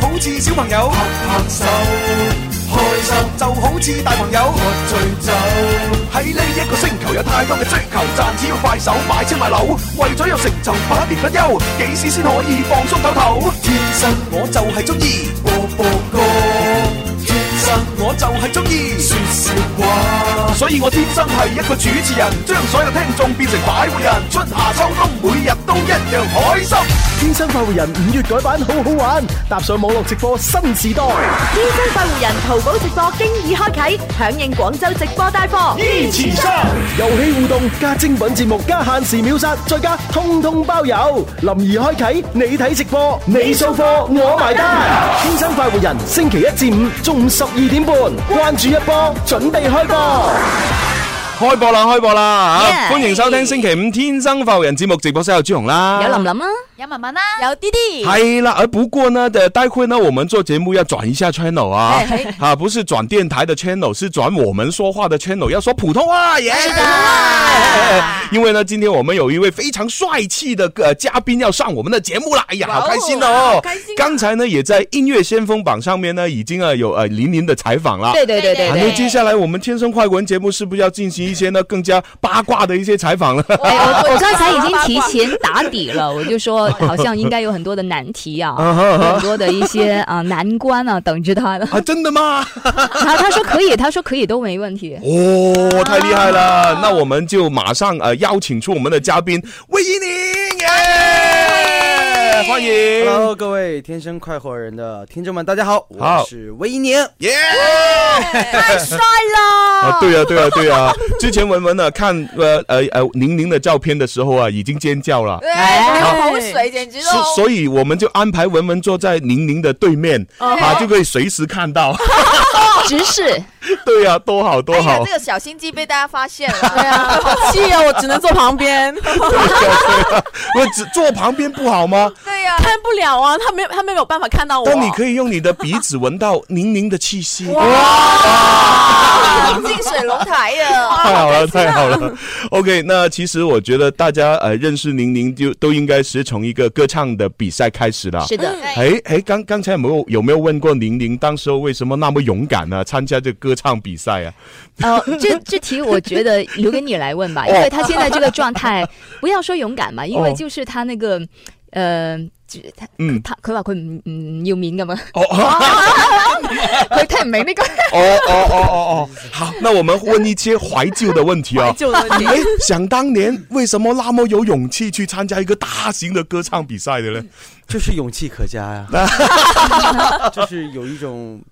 好似小朋友拍拍手，開心就好似大朋友喝醉酒。喺呢一個星球有太多嘅追求，賺錢要快手買車買樓，為咗有成就百年不休，幾時先可以放鬆唞唞？天生我就係中意播播歌，天生我就係中意説笑話，所以我天生係一個主持人，將所有聽眾變成快活人，春夏秋冬每日都一樣開心。天生快活人五月改版好好玩，搭上網絡直播新時代。天生快活人淘寶直播經已開啟，響應廣州直播帶貨。依次生遊戲互動加精品節目加限時秒殺，再加通通包郵。林兒開啟你睇直播，你掃貨我埋單。天生快活人星期一至五中午十二點半，關注一波，準備開播。開播啦，開播啦吓！歡迎收聽星期五《天生浮人》節目，直播室有朱紅啦，有林林啦，啊有文啊文啦，有啲啲。係啦，而啊不過呢，呃待會呢，我們做節目要轉一下 channel 啊， 啊，不是轉電台的 channel，是轉我們說話的 channel，要說普通話耶！ 因為呢，今天我們有一位非常帥氣的呃嘉賓要上我們的節目啦，哎呀，好開心哦！開心。剛才呢，也在音樂先鋒榜上面呢，已經啊有呃林林的採訪啦。啊對對對對。那接下來我們《天生快活人》節目是不是要進行？一些呢更加八卦的一些採訪了。哎啊我我剛才已經提前打底 了，我就說好像應該有很多的難 題啊，很多的一些啊難關啊等着他了。啊，真的嗎？他他說可以，他說可以都沒問題。哦，太厲害了！那我們就馬上呃邀請出我們的嘉賓魏一寧，耶，歡迎！Hello，各位天生快活人的聽眾們，大家好，我是魏一寧，耶，太 帥了！啊，對啊，對啊，對啊！之前文文呢、啊、看呃呃呃寧寧的照片的時候啊，已經尖叫了，哎，口水簡直所所以我們就安排文文坐在寧寧的對面，啊，就可以隨時看到，直視。對呀，多好哎多 好！這個小心機被大家發現了， 對啊，好氣 啊！我只能坐旁邊。啊我只坐旁邊不好嗎？對呀， 看不了啊，他沒他沒有辦法看到我。但你可以用你的鼻子聞到寧寧的氣息。哇！近水樓台啊呀！太好了，太好了。OK，那其實我覺得大家呃認識寧寧就都應該是從一個歌唱的比賽開始啦。是的。嗯哎哎，剛剛才有沒有有沒有問過寧寧當時候為什麼那麼勇敢呢？參加這個歌唱比賽啊！ 哦，這這題我覺得留給你來問 吧，因為他現在這個狀態，不要說勇敢嘛，因為就是他那個，呃，嗯，他佢話佢唔唔要面噶嘛， 佢聽唔明呢個。哦哦哦哦哦，好，那我們問一些懷舊的問 題啊。懷舊的問題。哎，想當年為什麼那麼有勇氣去參加一個大型的歌唱比賽的呢？就是勇氣可嘉呀，就是有一種。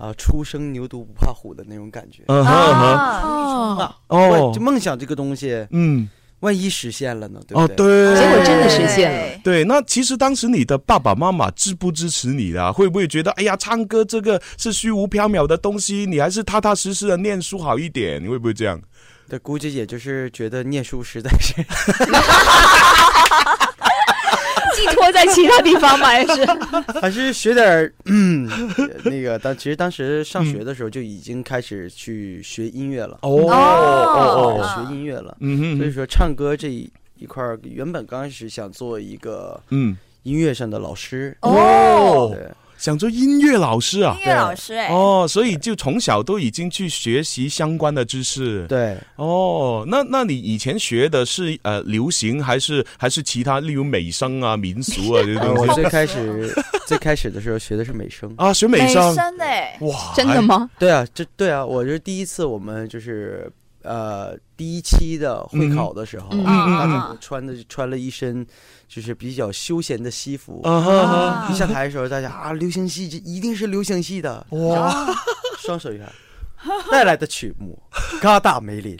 啊，初生牛犢不怕虎的那種感覺啊！哦，就夢想這個東西，嗯，萬一實現了呢？對哦，不對？對， 結果真的實現 了。對，那其實當時你的爸爸媽媽支不支持你啊？會不會覺得，哎呀，唱歌這個是虛無縹緲的東西，你還是踏踏實實的念書好一點？你會不會這樣？對，估計也就是覺得念書實在 是。寄託在其他地方吧，也是，還是學點嗯，那個當其實當時上學的時候就已經開始去學音樂了，哦哦哦，學音樂了，嗯，所以說唱歌這一一塊原本剛開始想做一個嗯音樂上的老師哦，想做音樂老師啊，音樂老師哎，哦，所以就從小都已經去學習相關的知識，對，哦，那那你以前學的是呃流行還是還是其他，例如美聲啊、民俗啊這些東 西？我最開始最開始的時候學的是美聲啊，學美聲，美聲哎，哇，真的嗎？對啊，這對啊，我是第一次，我們就是呃第一期的會考的時候，大家穿的穿了一身。就是比較休閒的西服，哎啊一下台的時候，大家啊，流行系這一定是流行系的哇！雙手一拍，帶來的曲目《嘎達梅林》。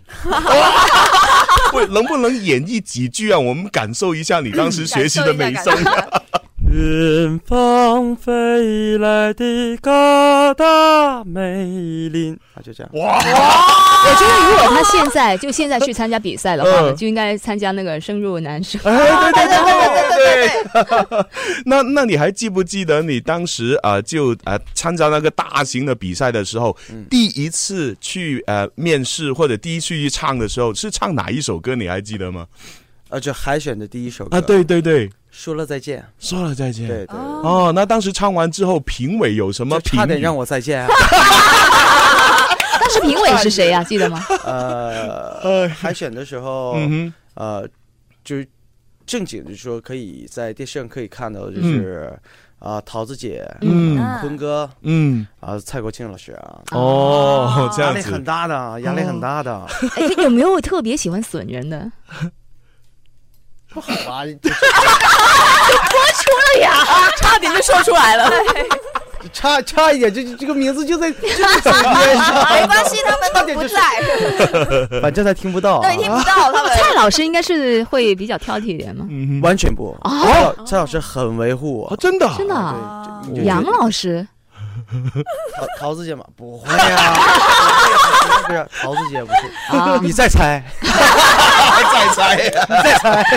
喂，能不能演繹幾句啊？我們感受一下你當嗯時學習的美聲。遠方飛來的嘎達梅林，啊，就這樣。哇！ 我覺得如果他現在就現在去參加比賽的話，就應該參加那個聲入男聲。哎，對對對對對對對。 那那你還記不記得你當時啊就啊參加那個大型的比賽的時候，第一次去呃面試或者第一次去唱的時候是唱哪一首歌？你還記得嗎？呃，就海选的第一首歌啊，对对对，说了再见，说了再见。对对，哦，那当时唱完之后，评委有什么就评语？差点让我再见啊。当时评委是谁 呀、记得吗？呃，哎海选的时候，嗯呃，就是正经的说，可以在电视上可以看到，就是啊、桃子姐、呃嗯坤哥嗯，啊、蔡国庆老师啊，啊哦，这压样力很子，哦大的，压力很大的， 哎，有没有特别喜欢损人的？不好吧？啊差点就说出 来了。差差一点，这这个名字 就在就在嘴边哎啊没上，关系，他们都不在，反正他听不到、啊对，，听不到他们。蔡老师应该是会比较挑剔一点吗？嗯哼，完全不。哦，蔡老师很维护哦，我。真的，哦真的啊、对，就杨老师，桃桃子姐吗？不会啊， 不是桃子姐不啊是，你再猜，还在猜。啊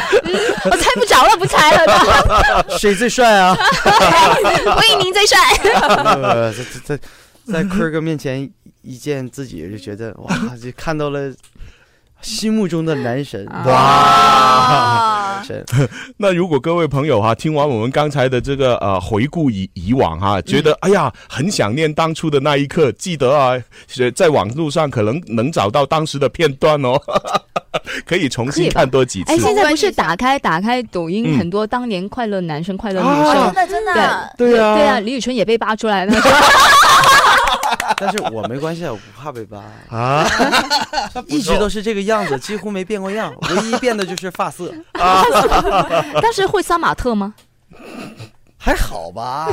我哦猜不着了，不猜 了， 谁最帅啊？我以您 最帅。呃在在在 在坤儿哥面前一见自己就觉得哇，就看到了心目中的男神啊哇，神 那如果各位朋友哈、听完我们刚才的这个呃回顾以以往哈、觉得、哎呀很想念当初的那一刻，记得啊，是在网络上可能能找到当时的片段哦， 可以重新看多几次哎，。现在不是关系上打开打开抖音，嗯很多当年快乐男生、快乐女啊生真，的真的，对啊，对啊，李宇春也被扒出 来了。但是我没关系，我不怕被扒，啊， 一直都是这个样子，几乎没变过 样，唯一变的就是发色，当时会杀马特吗？还好吧，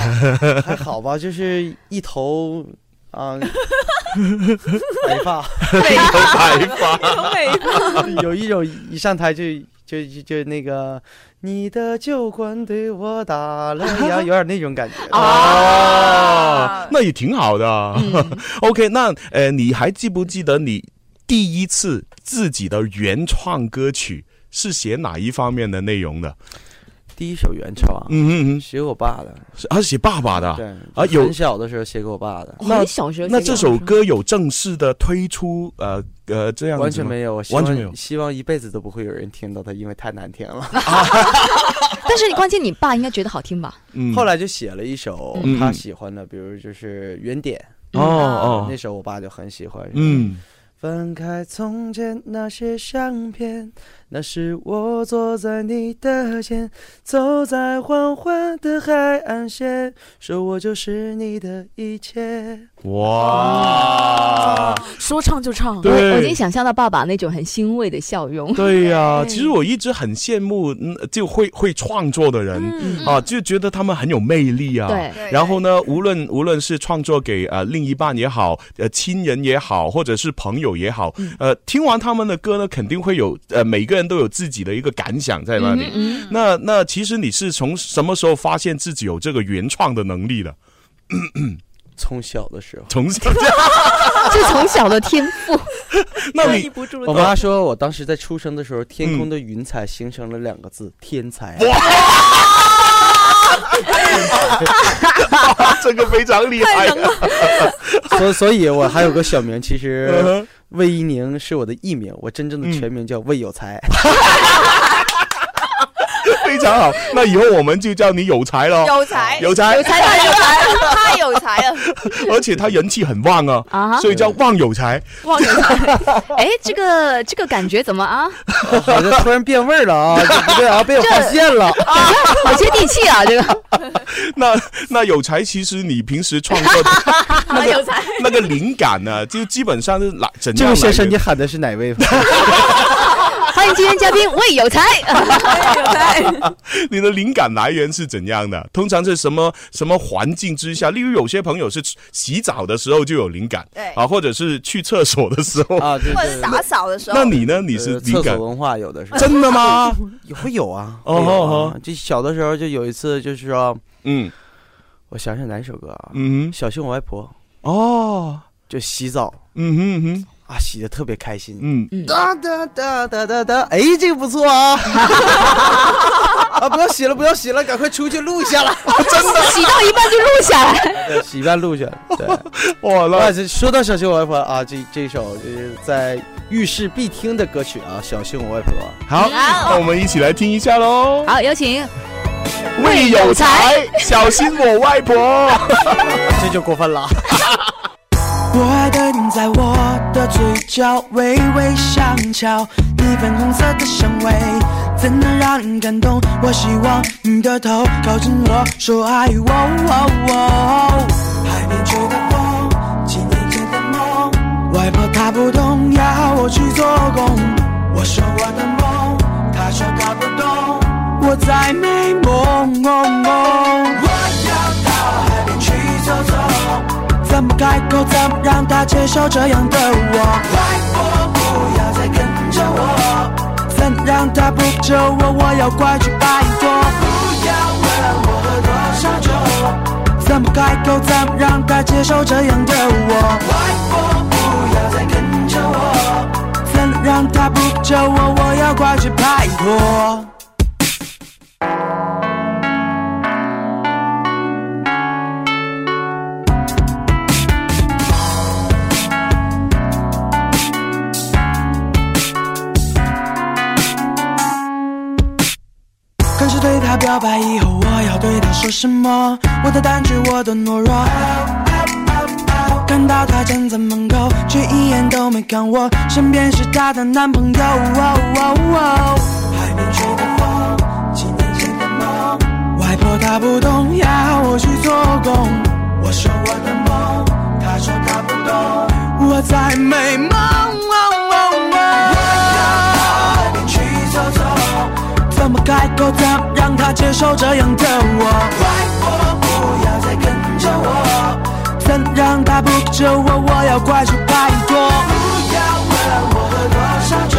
还好吧，就是一头啊。 白发，白哎发，有一种一上台就就就就那个，你的酒馆对我打了烊， 有点那种感觉。啊哦，那也挺好的啊。OK，那 呃，你还记不记得你第一次自己的原创歌曲是写哪一方面的内容的？第一首原唱啊，嗯嗯嗯写给我爸的，是，啊，写爸爸的啊。对啊就有很小的时候写给我爸的，那我小时候那记这得首歌有正式的推出，呃呃，这样子吗完全没有，我希完望全没有希望一辈子都不会有人听到它，因为太难听了。但是关键你爸应该觉得好听吧？嗯后来就写了一首嗯他喜欢的，比如就是《原点哦哦》那，首，我爸就很喜欢。，嗯翻开从前那些相片，那时我坐在你的肩，走在缓缓的海岸线，说我就是你的一切。嗯哇，说唱就唱，我我已经对。想象到爸爸那种很欣慰的笑容。对呀、其实我一直很羡慕，嗯，就会会创作的人、啊，就觉得他们很有魅力啊。对对然后呢，无论无论是创作给呃另一半也好，呃亲人也好，或者是朋友也好，呃，听完他们的歌呢，肯定会有呃每个人都有自己的一个感想在那里。嗯那那其实你是从什么时候发现自己有这个原创的能力的？从小的时候，从小，啊就从小的天赋，那你不住我妈说我当时在出生的时候，天空的云彩形成了两个字“天才”。 这个非常厉害，所所以，我还有个小名，其 嗯实哼魏一宁是我的艺名，我真正的全名叫魏有才。非常好。那以后我们就叫你有才了，有才，有才，才，太有才了，太有才了。啊而且他人气很旺 啊，啊哈所以叫旺有才。忘了。哎，这个这个感觉怎么啊？好像突然变味儿了啊，这不对啊，被我发现 了。好接地气啊！这个那 那有才，其实你平时创作 的那个那个灵感呢，就基本上是来怎这样位来源先生，你喊的是哪位？欢迎今天嘉宾魏有才。你的灵感来源是怎样的？通常是什么什么环境之下？例如有些朋友是洗澡的时候就有灵感，对啊，或者是去厕所的时候。啊，对或者是对。打扫的时 那候，你呢？你是呃灵厕感所文化有的是啊真的吗？会有啊，哦会有啊哦哦就小的时候就有一次，就是说嗯我想想哪首歌啊，嗯哼小心我外婆，哦就洗澡，嗯哼嗯哼啊，洗的特别开心，嗯，哒哒哒哒哒哒，哎，这个不错啊， 啊，不要洗了，不要洗了，赶快出去录一 下了，洗到一半就录下来。对洗一半录去了，对。哇，啊， 那这说到小心我外婆啊，这这首就是在浴室必听的歌曲啊，《小心我外婆》。好，那我们一起来听一下喽。好，有请。为有才，小心我外婆。这就过分了。我爱的你在我的嘴角微微上翘，你粉红色的香味真的让人感动。我希望你的头靠近我，说爱我。哦哦海边吹的风，几年前的梦，外婆她不懂，要我去做工。我说我的梦，她说搞不懂，我在美梦。我要到海边去走走。怎么开口？怎么让他接受这样的我？外婆，不要再跟着我，怎让他不救我？我要快去拜托。不要问我喝多少酒，怎么开口？怎么让他接受这样的我？外婆，不要再跟着我，怎让他不救我？我要快去拜托。开始对他表白以后，我要对他说什么？我的单据，我的懦弱。看到他站在门口，却一眼都没看我，身边是她的男朋友。哦海边吹的风，几年前的梦，外婆她不懂，要我去做工。我说我的梦，她说她不懂，我在美梦。我要到海边去走走。怎么开口？怎么让他接受这样的我？外婆，不要再跟着我，怎让他不救我？我要快去拜托。不要问我喝多少酒，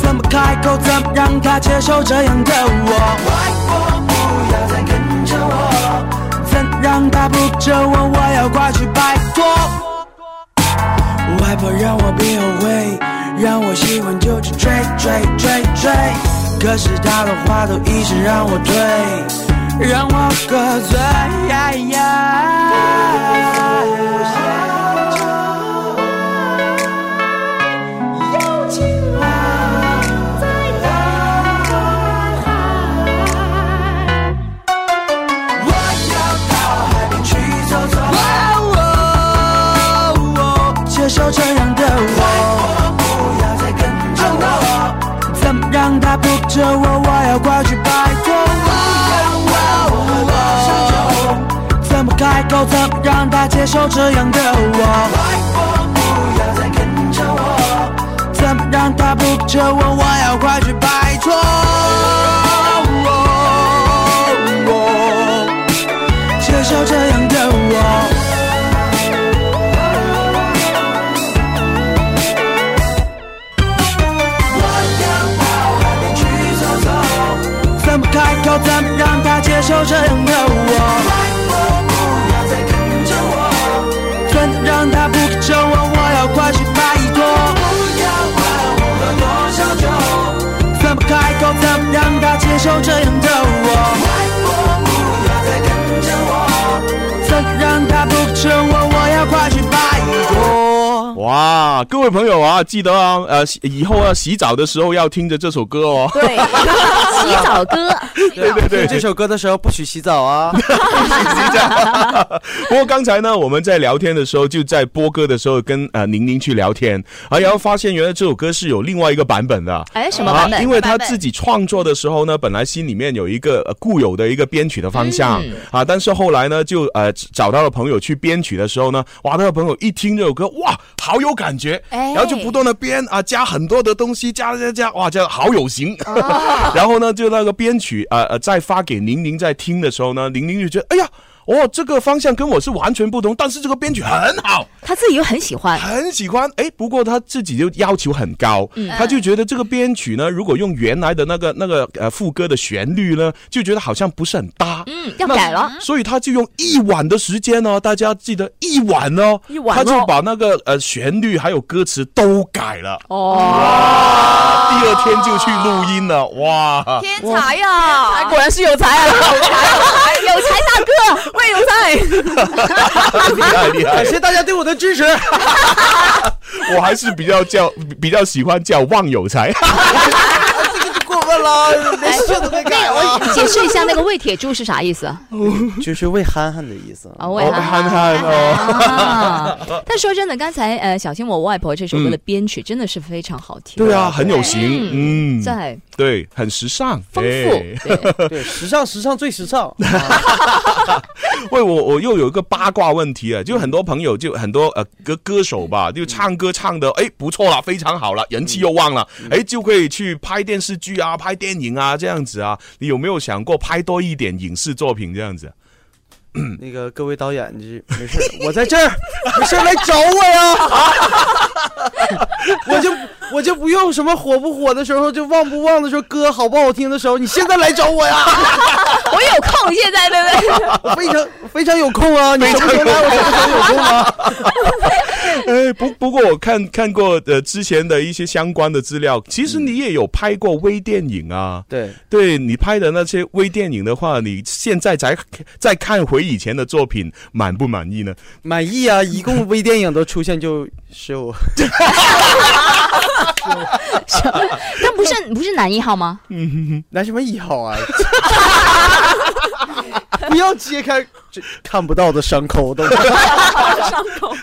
怎么开口？怎么让他接受这样的我？外婆，不要再跟着我，怎让他不救我？我要快去拜托。外婆让我别后悔，让我喜欢就去追追追追。可是她的话都一直让我推，让我喝醉。哎有情郎在大海，我要到海边去走走。接受这样的我，不要再跟着我，怎么让他不着我？我要快去拜托。怎么开口？怎么让他接受这样的我？不要再跟着我，怎么让他不着我？我要快去拜托。接受这样的我。我要到海边去走走，怎么开口？怎么让他接受这样的我？拜托不要再跟着我，怎能让他不跟着我？我要快去拜托。不要问我喝多少酒，怎么开口？怎么让他接受这样的我？拜托不要再跟着我，怎能让他不跟着我？我要快去拜托。哦哇，各位朋友啊，记得啊，呃，洗以后要洗澡的时候要听着这首歌哦。 对，洗澡歌。对对对，哎听这首歌的时候不许洗澡啊！不过刚才呢，我们在聊天的时候，就在播歌的时候跟呃宁宁去聊天，啊，然后发现原来这首歌是有另外一个版本的。哎，什么版啊？本因？为他自己创作的时候呢，本来心里面有一个、呃固有的一个编曲的方向、嗯啊，但是后来呢，就呃找到了朋友去编曲的时候呢，哇，那个朋友一听这首歌，哇，好有感觉，哎然后就不断的编啊，加很多的东西，加加加，哇，这好有型。 啊然后呢，就那个编曲呃呃，再发给宁宁在听的时候呢，宁宁就觉得，哎呀。哦，这个方向跟我是完全不同，但是这个编曲很好，他自己又很喜欢，很喜欢。哎，不过他自己就要求很高，他就觉得这个编曲呢，如果用原来的那个那个呃副歌的旋律呢，就觉得好像不是很搭。嗯，要改了。所以他就用一晚的时间呢、大家记得一晚哦，一晚他哦就把那个呃旋律还有歌词都改了。 哦，第二天就去录音了，哇！天才呀！果然是有才啊，有才，有才大哥，喂，有才。厉害厉害感！谢大 家对我的支持。我还是比较叫比较喜欢叫忘有才。这个就 过分了，哎连秀 都没改了。解释一下那个喂铁猪是 啥意思啊？就是喂憨憨的意思。啊，喂哦啊憨憨哦，啊！但说真的，刚才呃，小心我外婆这首歌的编曲真的是非常好听，对啊，，很有型，嗯，真系对，很时尚，丰哎富。对，对，时尚，时尚最时 尚。啊 喂，我我又有一个八卦问题啊，就很多朋友就很多呃歌歌手吧，就唱歌唱的哎不错了，非常好了，人气又旺了，哎就可以去拍电视剧啊、拍电影啊这样子啊。你有没有想过拍多一点影视作品这样子？啊那个各位导演，就是没 事儿，我在这儿，没事儿来找我呀。 我就我就不用什么火不火的时候，就旺不旺的时候，歌好不好听的时候，你现在来找我 呀，我有空现在，对 我不对？非常非常有空啊，你什么时候来，我什么时候有空啊。哎，不不过我看看过呃之前的一些相关的资料，其实你也有拍过微电影啊。 对，对你拍的那些微电影的话，你现在再再看回以前的作品，满不满意呢？满意啊，一共微电影都出现就十五，但不是不是男一号吗？拿什么一号啊？不要揭开这看不到的伤口都。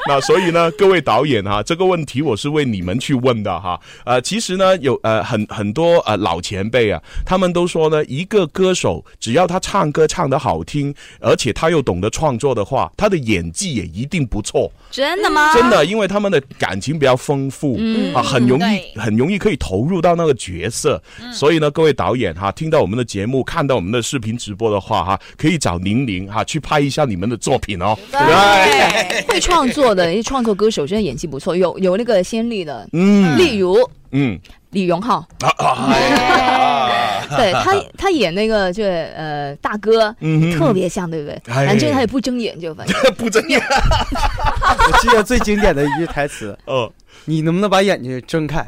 那所以呢，各位导演哈，这个问题我是为你们去问的哈。呃，其实呢，有呃很很多呃老前辈啊，他们都说呢，一个歌手只要他唱歌唱得好听，而且他又懂得创作的话，他的演技也一定不错。真的吗？嗯真的，因为他们的感情比较丰富，嗯啊，很容易很容易可以投入到那个角色。所以呢，各位导演哈，听到我们的节目，看到我们的视频直播的话哈，可以找宁宁哈去拍一下你们的作品哦。哎对，会创作的一些创作歌手，真的演技不错，有有那个先例的，嗯例如嗯李荣浩，啊啊！ 对他他演那个就呃大哥，嗯哼特别像，对不对？哎反正他也不睁眼，就反正不睁眼我记得最经典的一句台词哦，：“你能不能把眼睛睁开？”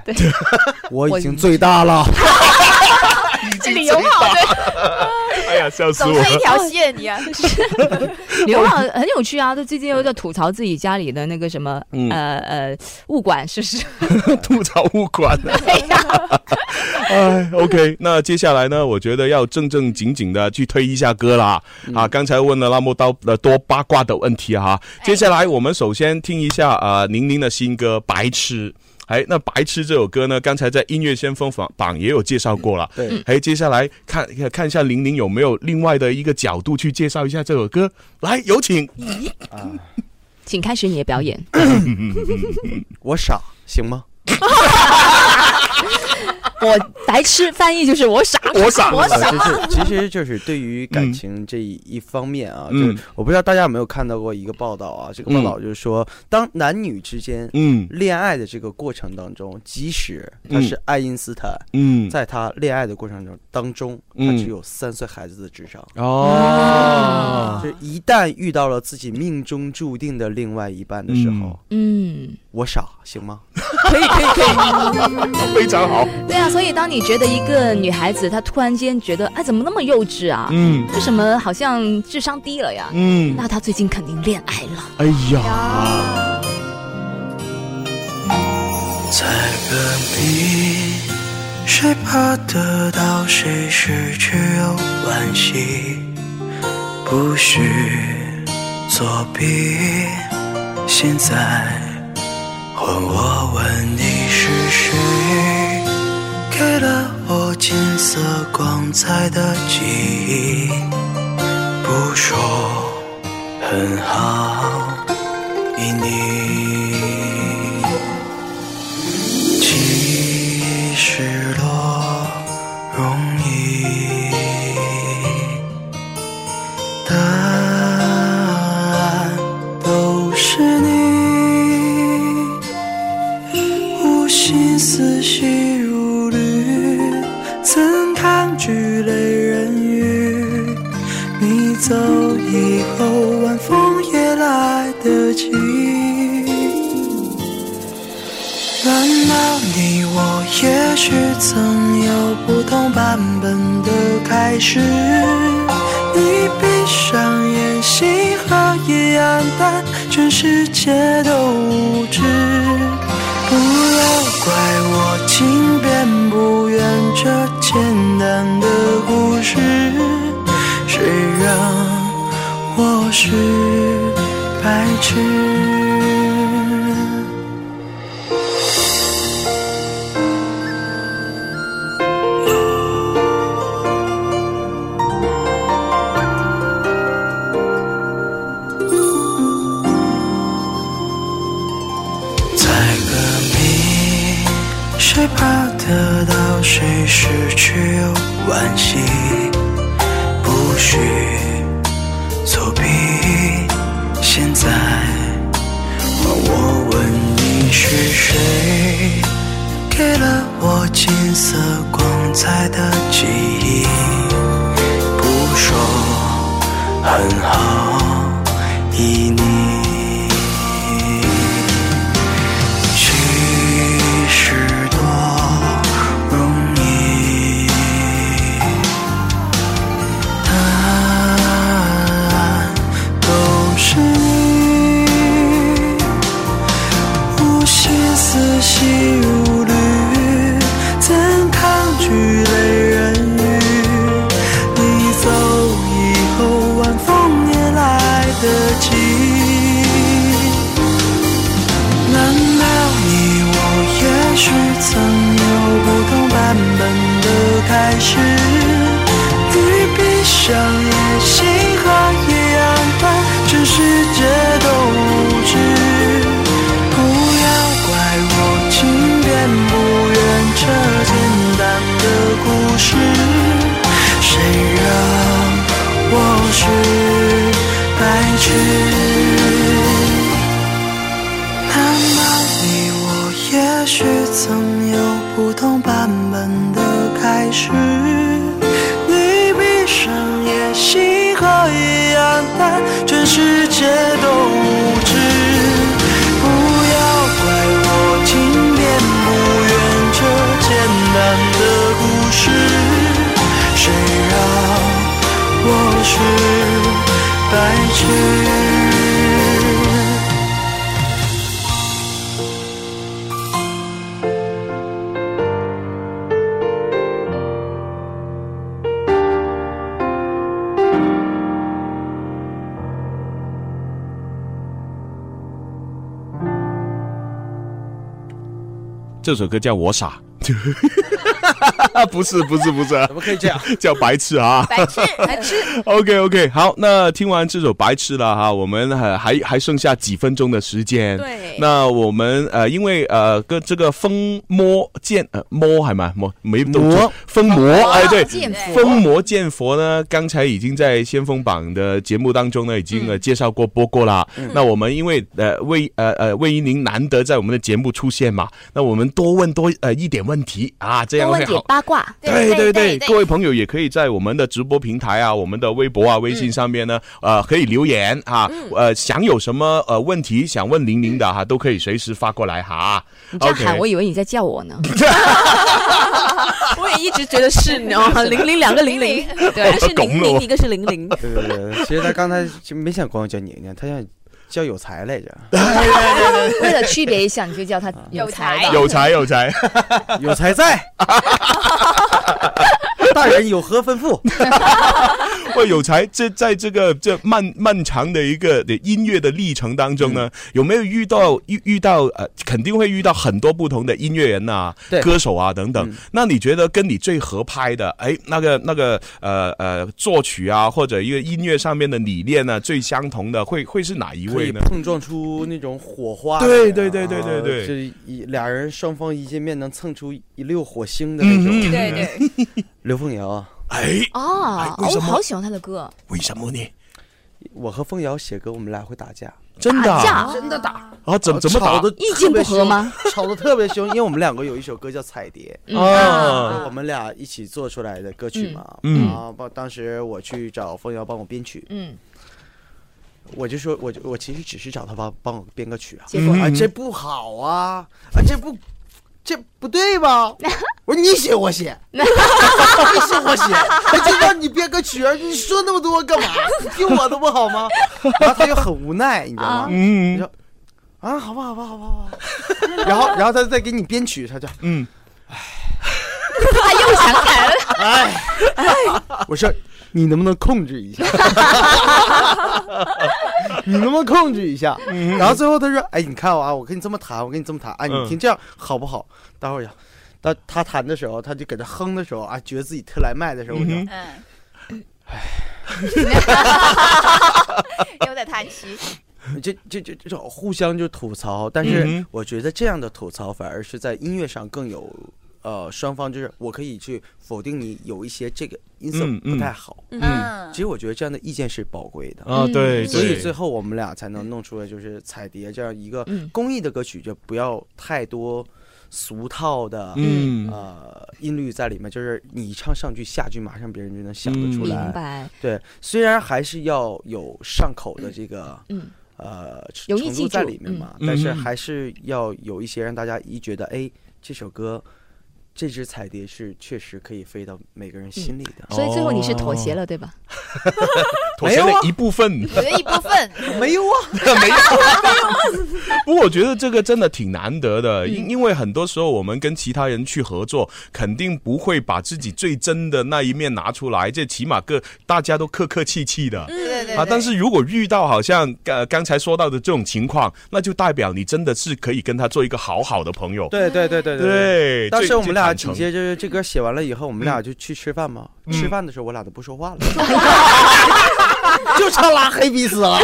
我已经最大了。李荣浩对。 哎呀，笑死走我上一了！条线你啊，刘浩很有趣啊，他最近又在吐槽自己家里的那个什么、嗯呃呃物管是是， 吐槽物管。哎呀，哎，OK，那接下来呢，我觉得要正正经经的去推一下歌啦。啊，刚才问了那么多呃多八卦的问题哈、接下来我们首先听一下啊、呃宁宁的新歌《白痴》。哎，那《白痴》这首歌呢，刚才在音乐先锋榜榜也有介绍过了。对，哎，接下来看看一下宁宁有没有另外的一个角度去介绍一下这首歌。来，有请。 请开始你的表演。我傻行吗？ 我白痴翻译就是我 傻，我傻我傻。呃就是其实就是对于感情这一方面啊，嗯就我不知道大家有没有看到过一个报道啊，这个报道就是说，当男女之间嗯恋爱的这个过程当中，即使他是爱因斯坦，嗯，在他恋爱的过程中当中，他嗯只有三岁孩子的智商。哦，就是一旦遇到了自己命中注定的另外一半的时候，嗯，我傻行吗？可以可以可以。非常好。 对啊，所以当你觉得一个女孩子她突然间觉得哎怎么那么幼稚啊，嗯为什么好像智商低了呀？嗯，那她最近肯定恋爱了。哎呀，在隔壁，谁怕得到谁失去又惋惜？不许作弊。现在换我问你是谁，给了我金色光彩的记忆？不说很好，以你。其实落容易，但走以后，晚风也来得及。烦恼你我也许曾有不同版本的开始。你闭上眼，星河已暗淡，全世界都无知。不要怪我情变不远，这简单的故事，谁让我是白痴？猜个谜，谁怕得到谁失去又惋惜？不许作弊，现在换我问你是谁给了我金色光彩的记忆？不说很好，依你。其实多容易，答案都是你。无心思细如缕，怎抗拒泪人语？你走以后，晚风也来得及。难道你我也许曾有不同版本的开始？你闭上眼，星河一样淡，全世界都无知。不要怪我情变不远，这简单的故事，谁让我是白痴？难道你我也许曾有不同版本的开始？你闭上眼，星河一样淡，全世界都无知。不要怪我情变不远，这简单的故事，谁让我是白痴？这首歌叫我傻。 不是不是不是，怎么可以 这样？叫白痴啊！白痴，白痴， OK OK，好，那听完这首《白痴》了哈，我们还还还剩下几分钟的时间。对那我们呃，因为呃，跟这个风魔剑呃魔还嘛魔没动作，风魔哎对，剑佛风魔剑佛呢，刚才已经在先锋榜的节目当中呢，已经呃介绍过播过啦。那我们因为呃魏呃呃魏一宁难得在我们的节目出现嘛，那我们多问多呃一点问题啊，这样多会问好点。八卦。对对对各位朋友也可以在我们的直播平台啊、我们的微博啊、微信上面呢，呃，可以留言啊，呃，想有什么呃问题想问玲玲的哈、都可以随时发过来哈。你这样 OK，喊，我以为你在叫我呢。 我也一直觉得 是，你知道吗？零零两个零零， 对，一个是零零，一个是零零。对对对，呃其实他刚才就没想光叫宁宁，他想叫有才来着。 为了区别一下，你就叫他嗯有才哎吧。有才有才，有才在， 大人有何吩咐？喂，有才，这在这个这漫漫长的一个的音乐的历程当中呢，有没有遇到遇遇到呃，肯定会遇到很多不同的音乐人呐、对歌手啊等等。那你觉得跟你最合拍的，哎，那个那个呃呃，作曲啊或者一个音乐上面的理念呢、啊最相同的，会会是哪一可位以呢？碰撞出那种火花来啊。对对对对对对就是一俩人双方一见面能蹭出一溜火星的那种。对对， 刘凤瑶啊，哎，哦，为我什么好喜欢他的歌。为什么呢？我和凤瑶写歌，我们俩会打架。真的打啊架真的打，啊？怎怎么吵打的意见不合吗？吵得特别凶，因为我们两个有一首歌叫《彩蝶》，啊？我们俩一起做出来的歌曲嘛。嗯嗯啊，帮当时我去找风瑶帮我编曲，嗯，我就说，我就我其实只是找他帮帮我编个曲啊。结果啊，这不好啊！啊，这不，这不对吧？ 我说你写我写，你写我写，还就让你编个曲儿，你说那么多干嘛？你听我的不好吗？ 然后他就很无奈，你知道吗？你嗯说啊，好吧，好吧，好吧，好吧。 然后，然后他再给你编曲，他就嗯， 他又想改了，哎我说你能不能控 制一下？你能不能控制一下？然后最后他说：“哎，你看我啊，我跟你这么弹，我跟你这么弹，啊，嗯你听这样好不好？”待会儿呀，他他弹的时候，他就搁这哼的时候啊，觉得自己特来麦的时候，我就嗯 嗯，有点叹息，就就就就互相就吐槽。但嗯是哼我觉得这样的吐槽反而是在音乐上更有。呃，双方就是我可以去否定你有一些这个音色嗯嗯不太好，嗯其，实我觉得这样的意见是宝贵的。啊，对，所以对最后我们俩才能弄出来就是《彩蝶》这样一个嗯公益的歌曲，就不要太多俗套的、嗯呃音律在里面，就是你一唱上句下句，马上别人就能想得出嗯明来。白，对，虽然还是要有上口的这个、嗯呃容程易程记度在住里面嘛，嗯但是嗯还是要有一些让大家一觉得，哎，这首歌。这只彩蝶是确实可以飞到每个人心里的，所以最后你是妥协了，对吧？妥协了一部分。有的一部分，没有啊，没有。不过我觉得这个真的挺难得嗯的，因因为很多时候我们跟其他人去合作，肯定不会把自己最真的那一面拿出来，这起码个大家都客客气气嗯的。对对对啊，但是如果遇到好像呃刚才说到的这种情况，那就代表你真的是可以跟他做一个好好的朋友。 对对对对对，当最时我们俩最紧坦诚接着这歌写完了以后，我们俩就去吃饭嘛。吃饭的时候，我俩都不说话了，就差拉黑彼此了。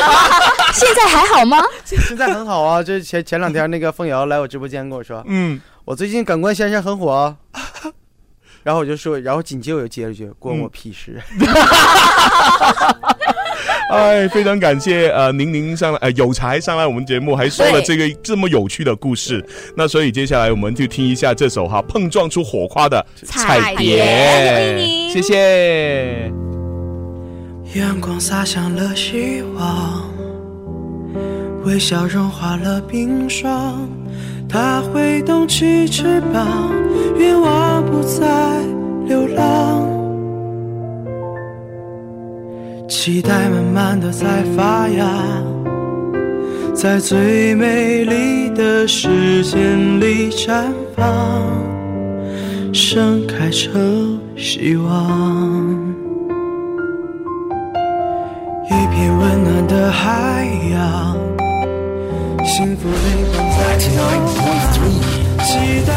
现在还好吗？ 现在很好啊，这前前两天那个凤瑶来我直播间跟我说，嗯，我最近《感官先生》很火啊。 然后我就说，然后紧接着我就接了一句：“关我屁事。哎，非常感谢呃宁宁上来，呃有才上来我们节目，还说了这个这么有趣的故事。那所以接下来我们就听一下这首哈碰撞出火花的彩彩蝶，蝶谢谢。阳光洒向了希望，微笑融化了冰霜，它会动起翅膀，愿望不再流浪。期待慢慢的在发芽，在最美丽的时间里绽放，盛开成希望。一片温暖的海洋，幸福灵魂在流浪，期待。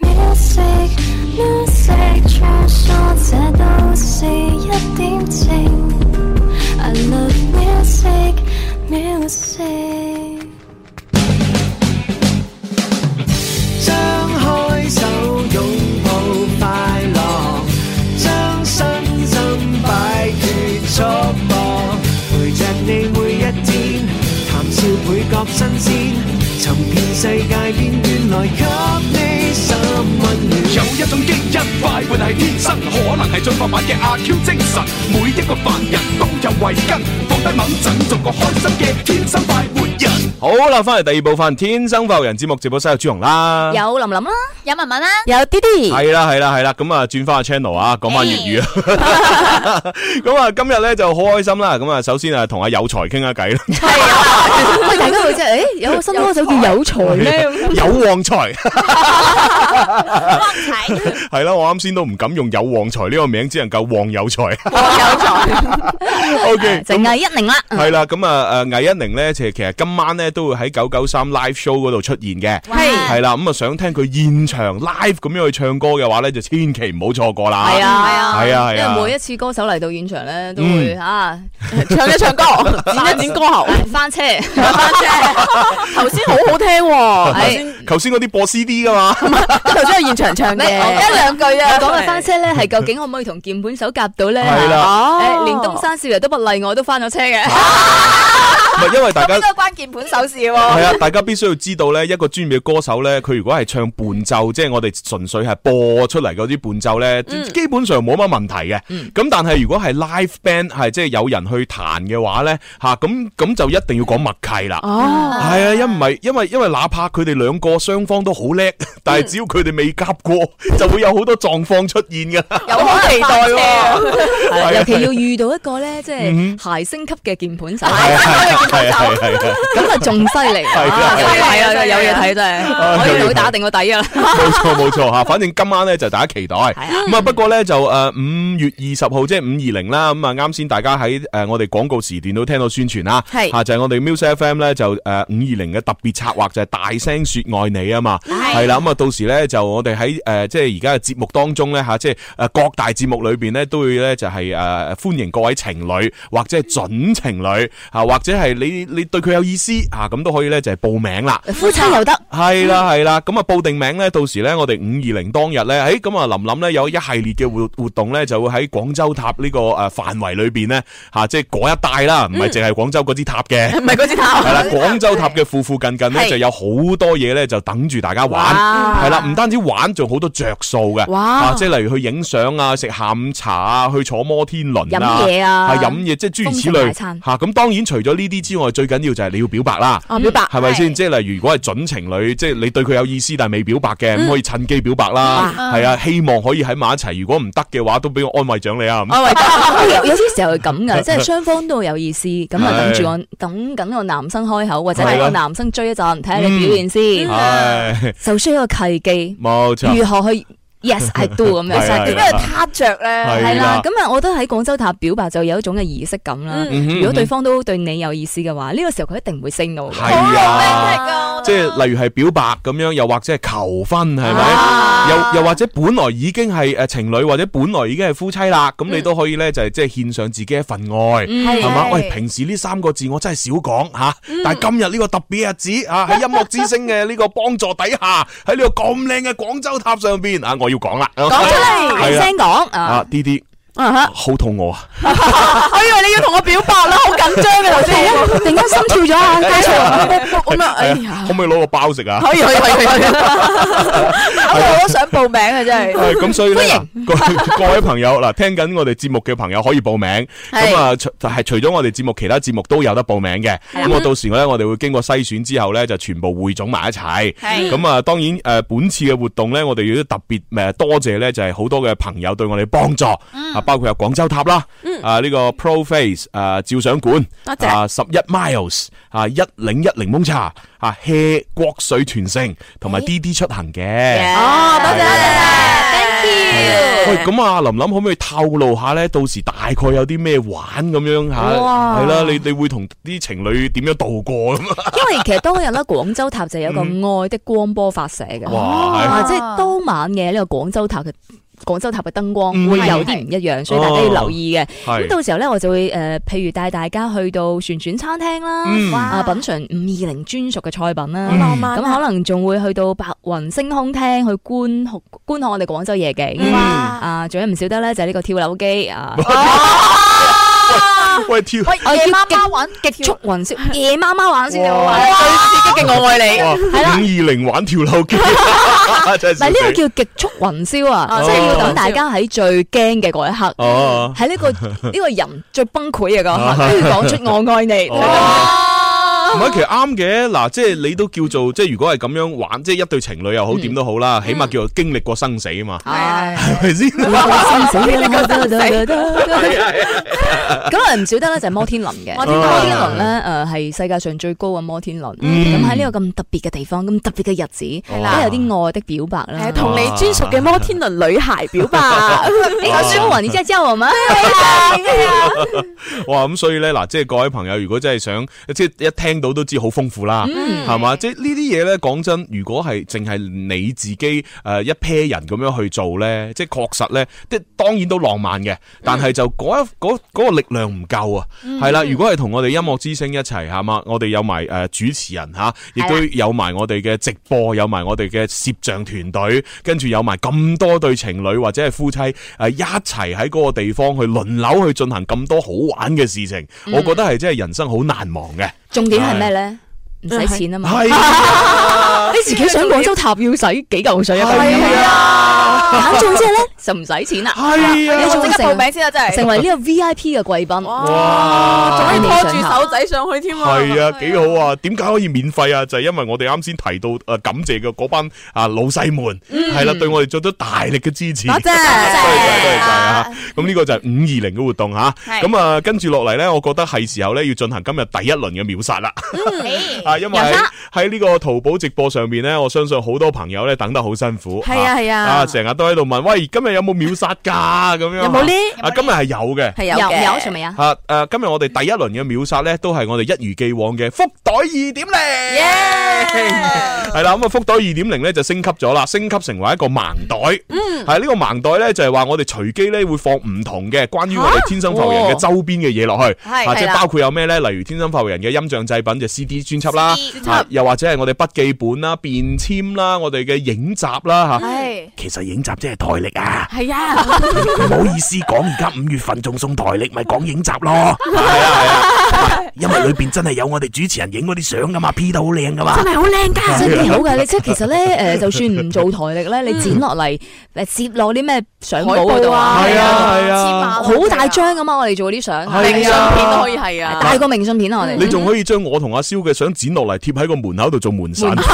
Music music 穿梭在都市一點情，I love music music。张开手拥抱快乐，将身心摆脱束缚，陪着你每一天，谈笑倍觉新鲜，寻遍世界邊緣來給你心温暖。有一種基因快活係天生，可能係進化版嘅阿 Q 精神。每一個凡人都有慧根，放低猛陣，做個開心嘅天生快活人。好啦，翻嚟第二部分《天生浮人》節目直播室有朱紅啦。有林林啦，有文文啦， 有弟弟，系啦系啦系啦，咁啊轉翻個 channel 啊，講翻粵語 啊。咁啊，今日咧就好開心啦。咁啊，首先啊，同阿有才傾下偈啦，喂，大家會真係，诶，哎有個新歌手叫有才咩？ 有旺財。光彩，系啦，我啱先都唔敢用有旺財呢個名，只能夠旺有才。O K，就嗌一寧啦，系啦，咁啊诶，魏一宁咧，其實其实今晚咧都會喺九九三 live show 嗰度出現嘅。係係啦，咁啊想聽佢現場 live 咁樣去唱歌嘅話咧，就千祈唔好錯過啦。係啊，係啊。係啊，因係啊，為每一次歌手嚟到現場咧，都會嗯啊唱一 唱歌，剪一剪歌喉，翻車， 頭先好好聽喎，頭先頭先嗰啲播 CD 噶嘛， 頭先係現場唱嘅。兩句啊，我講嘅翻車咧係究竟可唔可以同鍵盤手夾到咧？係啦誒哦連東山生少爺都不例外，都翻咗車嘅。唔係因為大家 呢個關鍵盤手勢喎。 系啊，大家必須要知道咧，一個專業嘅歌手咧，佢如果係唱伴奏，即係我哋純粹係播出嚟嗰啲伴奏咧，基本上冇乜問題嘅。咁但係如果係 live band 係即係有人去彈嘅話咧，吓咁咁就一定要講默契啦。哦係啊，因唔係因為因為哪怕佢哋兩個雙方都好叻，但係只要佢哋未夾過，就會有好多狀況出現噶。有好期待喎。係係啦啊尤其要遇到一個咧，即嗯係諧星級嘅鍵盤手，係啊係啊係啊係啊咁啊仲犀利， 係啊係啊係啊，有嘢睇真啊係，可以同佢打定個底啊！ 冇錯冇錯吓，反正今晚咧就大家期待。咁啊，不過咧就诶五月二十號即係五二零啦，咁啊啱先大家喺诶我哋廣告時段都聽到宣傳啦，係吓就係我哋 Music FM 咧就诶五二零嘅特別策劃就係大聲说愛你啊嘛，係啦，咁啊到時咧就我哋喺诶即呃係而家嘅節目當中咧吓，即係诶各大節目裏边咧都會咧就係诶歡迎各位情侶或者係準情侶吓，或者係你你對佢有意思吓，咁都可以咧就係報名啦。夫妻又得，系啦系啦，咁啊報定名咧，到時咧我哋五二零當日咧，诶咁啊林林咧有一系列嘅活活動咧，就會喺廣州塔呢個诶範圍裏边咧吓，即係嗰一帶啦，嗯唔係淨係廣州嗰支塔嘅，唔係嗰支塔 係啦，廣州塔嘅附附近近咧係就有好多嘢咧就等住大家玩，哇係啦，唔單止玩，仲好多着數嘅，哇啊即係例如去影相啊、食下午茶啊、去坐摩天輪飲嘢啊係飲嘢，即係諸如此豐盛大類餐吓。咁當然除咗呢啲之外，最緊要就係你要表白啦。啊表白系咪先？即係例如，如果係準情侶，即係你對佢有意思但係未表白嘅，咁可以趁機表白啦。嗯哇係啊，希望可以喺埋一齊。如果唔得嘅話，都俾我安慰獎你哦啊。咁有有啲時候係 咁噶，即係雙方都有意思，咁啊等住我等緊個男生開口，或者等係啊個男生追一陣，睇下你表現先，係就需要一個契機，冇錯。啊如何去 yes I do 咁係啊樣。點樣去撻着咧？系啦，咁啊，我覺得喺廣州塔表白就有一種嘅儀式感啦。嗯如果對方都對你有意思嘅話，呢個時候佢一定唔會 say no 嘅。係啊，即係例如係表白咁樣，又或者係求婚，係啊咪？又又或者本來已經係诶情侶，或者本來已經係夫妻啦，咁你都可以咧就係即係獻上自己一份愛，嗯係啊嘛？係喂，平時呢三個字我真係少講吓，但係今日呢個特別日子啊，喺音樂之星嘅呢個幫助底下，喺呢個咁靚嘅廣州塔上邊啊，我要講啦，講講出嚟，大聲講啊啊！ ，D D 啊好肚餓啊！我以為你要同我表白啦，好緊張 嘅頭先。突然間心 跳咗啊！加速咁啊，哎係呀，啊可唔可以攞個包食啊？可以可以可以可以。我都想報名啊，真係。系咁，所以咧，各各位朋友嗱，聽緊我哋節目嘅朋友可以報名。咁啊，除係除咗我哋節目，其他節目都有得報名嘅。係啊咁我到時咧，我哋會經過篩選之後咧，就全部匯總埋一齊。係咁啊，當然诶，誒本次嘅活動咧，我哋要特別诶多謝咧，就係好多嘅朋友對我哋幫助嗯啊，包括有廣州塔啦，啊呢個 Pro Face 啊照相館，多謝啊十一 Miles 啊一零一檸檬茶啊 Hea 國水全城同哎埋 D D 出行嘅。哦，多謝多謝，thank 喂， you。咁啊，林林可唔可以透露下咧？到時大概有啲咩玩咁樣吓？哇係啦，你你会同啲情侶點樣度過咁啊？因為其實當日咧，廣州塔就有一個愛的光波發射嘅，嗯哇，啊，即係當晚嘅呢個廣州塔嘅廣州塔嘅燈光嗯哦會有啲唔一樣，所以大家要留意嘅。咁係到時候咧，我就會誒、呃譬如帶大家去到旋轉餐廳啦，嗯啊品嚐五二零專屬嘅菜品啦，浪咁、可能仲會去到白雲星空廳去觀觀看我哋廣州夜景，啊仲有唔少得咧就係呢個跳樓機啊，喂跳，喂，我夜要媽媽極玩極速雲霄，夜媽媽玩先至好哇玩。最刺激嘅我愛 你。哇，啦五二零玩跳樓機， 真係唔係笑呢個死叫極速雲霄啊，哦即係要等大家喺最驚嘅嗰一刻， 哦喺呢個呢個人最崩潰嘅嗰一刻，都要講出我愛你。嗯唔係，其實啱嘅。嗱，即係你都叫做，即係如果係咁樣玩，即係一對情侶又好，點都好啦，起碼叫做經歷過生死啊嘛， 嗯 係係咪先？咁啊唔少得咧就係摩天輪嘅，摩天輪輪咧誒係世界上最高嘅摩天輪，嗯啊咁喺呢個咁特別嘅地方，咁特別嘅日子，啦都有啲愛的表白啦 係。同你專屬嘅摩天輪女孩表白。誒，舒雲，你真係教我嗎？哦哇，咁所以咧，嗱，即係各位朋友，如果真係想，即係一聽到都知好豐富啦，嗯係嘛？即係呢啲嘢咧，講真，如果係淨係你自己誒、呃一 pair 人咁樣去做咧，即係確實咧，即係當然都浪漫嘅，但係就嗰一嗰嗰個力量唔夠啊，嗯係啦。如果係同我哋音樂之聲一齊嚇嘛，我哋有埋誒主持人嚇，亦係啦都有埋我哋嘅直播，有埋我哋嘅攝像團隊，跟住有埋咁多對情侶或者係夫妻誒、呃一齊喺嗰個地方去輪流去進行咁多好玩嘅事情，嗯我覺得係真係人生好難忘 嘅。重點係咩咧？唔使錢啊嘛。係啊你自己上廣州塔要使幾嚿水啊？係啊，揀中之後咧就唔使錢啦。係啊你仲會即刻成為報名先啊真係成為呢個 V I P 嘅貴賓。哇仲可以你拖想住下手仔上去添啊！係啊，幾好啊！點解可以免費啊？就係因為我哋啱先提到诶感謝嘅嗰班啊老細們，嗯係啦，對我哋做咗大力嘅支持。多謝多謝多謝啊！咁呢個就係五二零嘅活動吓。係咁啊，跟住落嚟咧，我覺得係時候咧要進行今日第一輪嘅秒殺啦。啊，因為秒喺殺喺呢個淘寶直播上面咧，我相信好多朋友咧等得好辛苦。係啊係啊啊成日都喺度問，喂，今日有冇秒殺㗎？咁樣有冇呢啊，今日係有嘅，有有什麼呀？啊诶，今日我哋第一輪嘅秒殺咧，都係我哋一如既往嘅福袋二點零，係啦，咁啊福袋二點零咧就升級咗啦，升級成為一個盲袋，嗯係呢個盲袋咧就係話我哋隨機咧會放唔同嘅關於我哋天生浮人嘅周邊嘅嘢落去，係啊係即係哦啦包括有咩咧，例如天生浮人嘅音像製品就 CD 專輯啦 CD，啊又或者係我哋筆記本啦、便簽啦、我哋嘅影集啦吓，係其實影集即係台歷啊。係啊，唔好意思講，而家五月份仲送台歷，咪講影集咯。係啊係啊，因為裏邊真係有我哋主持人影嗰啲相噶嘛，P 得好靚噶嘛。真係好靚㗎真係幾好㗎！你即係其實咧，誒，就算唔做台歷咧，嗯你剪落嚟誒，接落啲咩相簿嗰度啊，海報啊係啊係啊好大張㗎嘛！我哋做啲相，係啊明信片都可以係啊，大過明信片啊！我哋你仲可以將我同阿蕭嘅相剪落嚟貼喺個門口度做門神，門左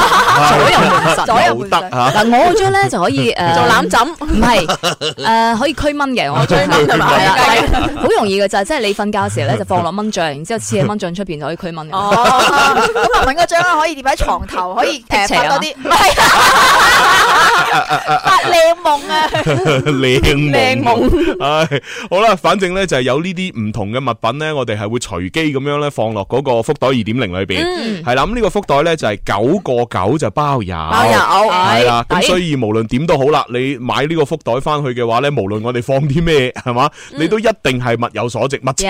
右 門神左右門得啊嚇。嗱，我嗰張咧就 可以誒做攬枕，唔係誒可以驅蚊嘅，我 驅蚊係嘛係啦，係好容易嘅就係即係你瞓覺嘅時候咧就放落蚊帳，然之後黐喺蚊帳出邊就可以驅蚊嘅。哦咁文嗰張啊可以貼喺床頭，可 以辟邪誒發啊多啲，唔係發靚夢啊！靚靚夢，夢唉，好啦，反正咧就係有呢啲唔同嘅物品咧，我哋係會隨機咁樣咧放落嗰個福袋二點零裏邊，嗯係啦，咁呢個福袋咧就係九個九就包郵，包郵哎哎係啦，咁抵所以無論點都好啦，你買呢個福袋翻去嘅話咧，無論我哋放啲咩 係嘛，嗯你都一定係物有所值，物超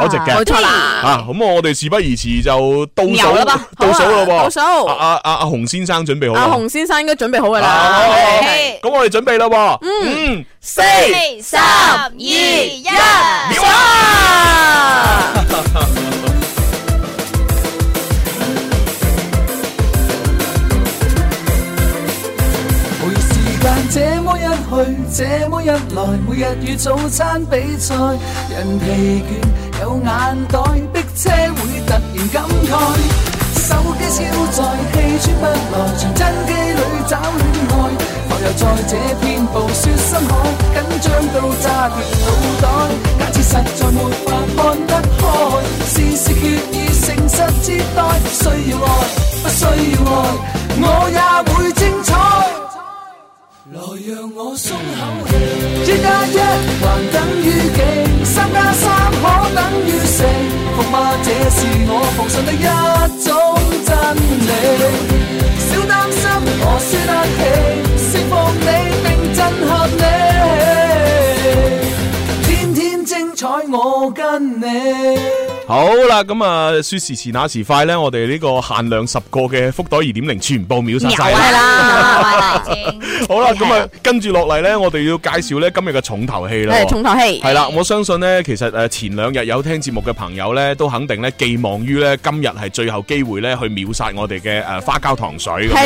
所值嘅，冇錯啦啊，咁我哋事不宜遲就倒數牛啦吧倒數咯好噃，啊倒數啊啊啊阿洪先生準備好阿啦，洪先生應該準備好噶啊啦好好好。咁我哋準備啦喎，嗯。四三二一，哎每時間這麼一去，這麼一來，每日與早餐比賽，人疲倦有眼袋，逼車會突然感慨。手機超載，氣喘不來，傳真機裏找戀愛，浮游在這片暴雪深海，緊張到炸斷腦袋。假設實在沒法看得開，事事決意誠實接待，需要愛，不需要愛，我也會精彩。來讓我鬆口氣，一加一還等於幾？三加三可等於四？服嗎？這是我奉信的一種真理。小擔心，我輸得起，釋放你並震撼你，天天精彩我跟你。好啦，咁啊，说時遲那時快咧，我哋呢個限量十個嘅福袋二點零全部秒殺晒啦。好啦，咁啊，跟住落嚟咧，我哋要介紹咧今日嘅重頭戲啦。係重頭戲系啦，我相信咧，其實诶前兩日有聽節目嘅朋友咧，都肯定咧寄望於咧今日係最後機會咧去秒殺我哋嘅诶花膠糖水咁樣。係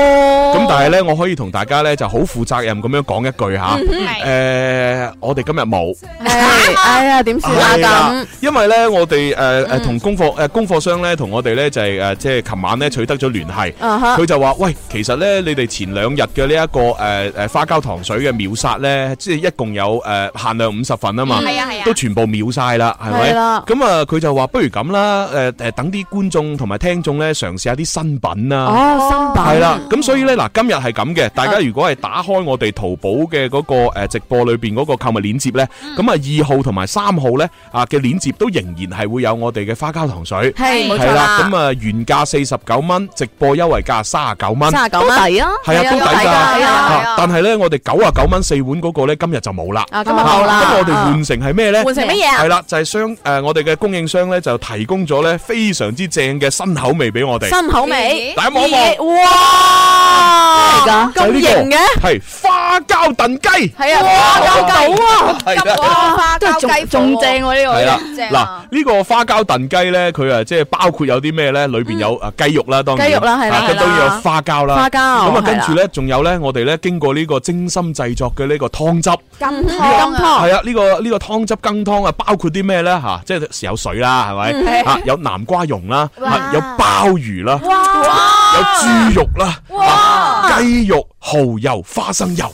喎咁但係咧，我可以同大家咧就好負責任咁樣講一句吓嗯哼，诶，我哋今日冇。係哎呀，點嗯算係啊啦咁？，因為咧，我哋诶诶同供貨诶供貨商咧，同我哋咧就係诶即係琴晚咧取得咗聯繫，嗯啊哈佢就話：喂，其實咧你哋前兩日嘅呢一個诶诶花膠糖水嘅秒殺咧，即係一共有诶限量五十份啊嘛，嗯係啊係啊都全部秒晒啦，係咪？係啦咁啊，佢就話不如咁啦，诶诶等啲觀眾同埋聽眾咧嘗試下啲新品啦。啊哦新品係啦，咁所以咧嗱，嗱，今日係咁嘅，大嗯家如果係打開我哋淘寶嘅嗰個诶直播裏邊嗰個購物鏈接呢，嗯咁啊二號同埋三號呢啊嘅鏈接都仍然係會有我哋嘅花膠糖水，係嗯冇錯啦係啦，咁啊原價四十九蚊，直播優惠價三十九蚊， 39蚊都抵啊係啊係啊都抵都抵㗎㗎係啊係啊嚇，但係呢，我哋九啊九蚊四碗嗰個呢，今日就冇啦，啊今日冇啦嚇咁我哋換成係咩呢？換成乜嘢啊係啦，就係商诶我哋嘅供應商呢，就提供咗呢非常之正嘅新口味俾我哋，新口味，大家望一望。哇，就係咁呢個型嘅，係花膠燉雞，係啊花膠雞哇係啦花膠雞仲仲正喎 呢個，係啦，正啊嗱呢個花膠燉雞咧，佢啊即係包括有啲咩咧？裏邊有啊雞肉啦，當然嗯雞肉啦係啦啊係咁啦當然有花膠啦，花膠咁啊係啦跟住咧，仲有咧，我哋咧經過呢個精心製作嘅呢個湯汁。金系啊，呢個呢个汤汁羹湯啊，包括啲咩咧吓？即係有水啦，係嗯咪係吓？有南瓜蓉啦，哇啊有鮑魚啦，有哇豬肉啦，啊雞肉、蠔油、花生油，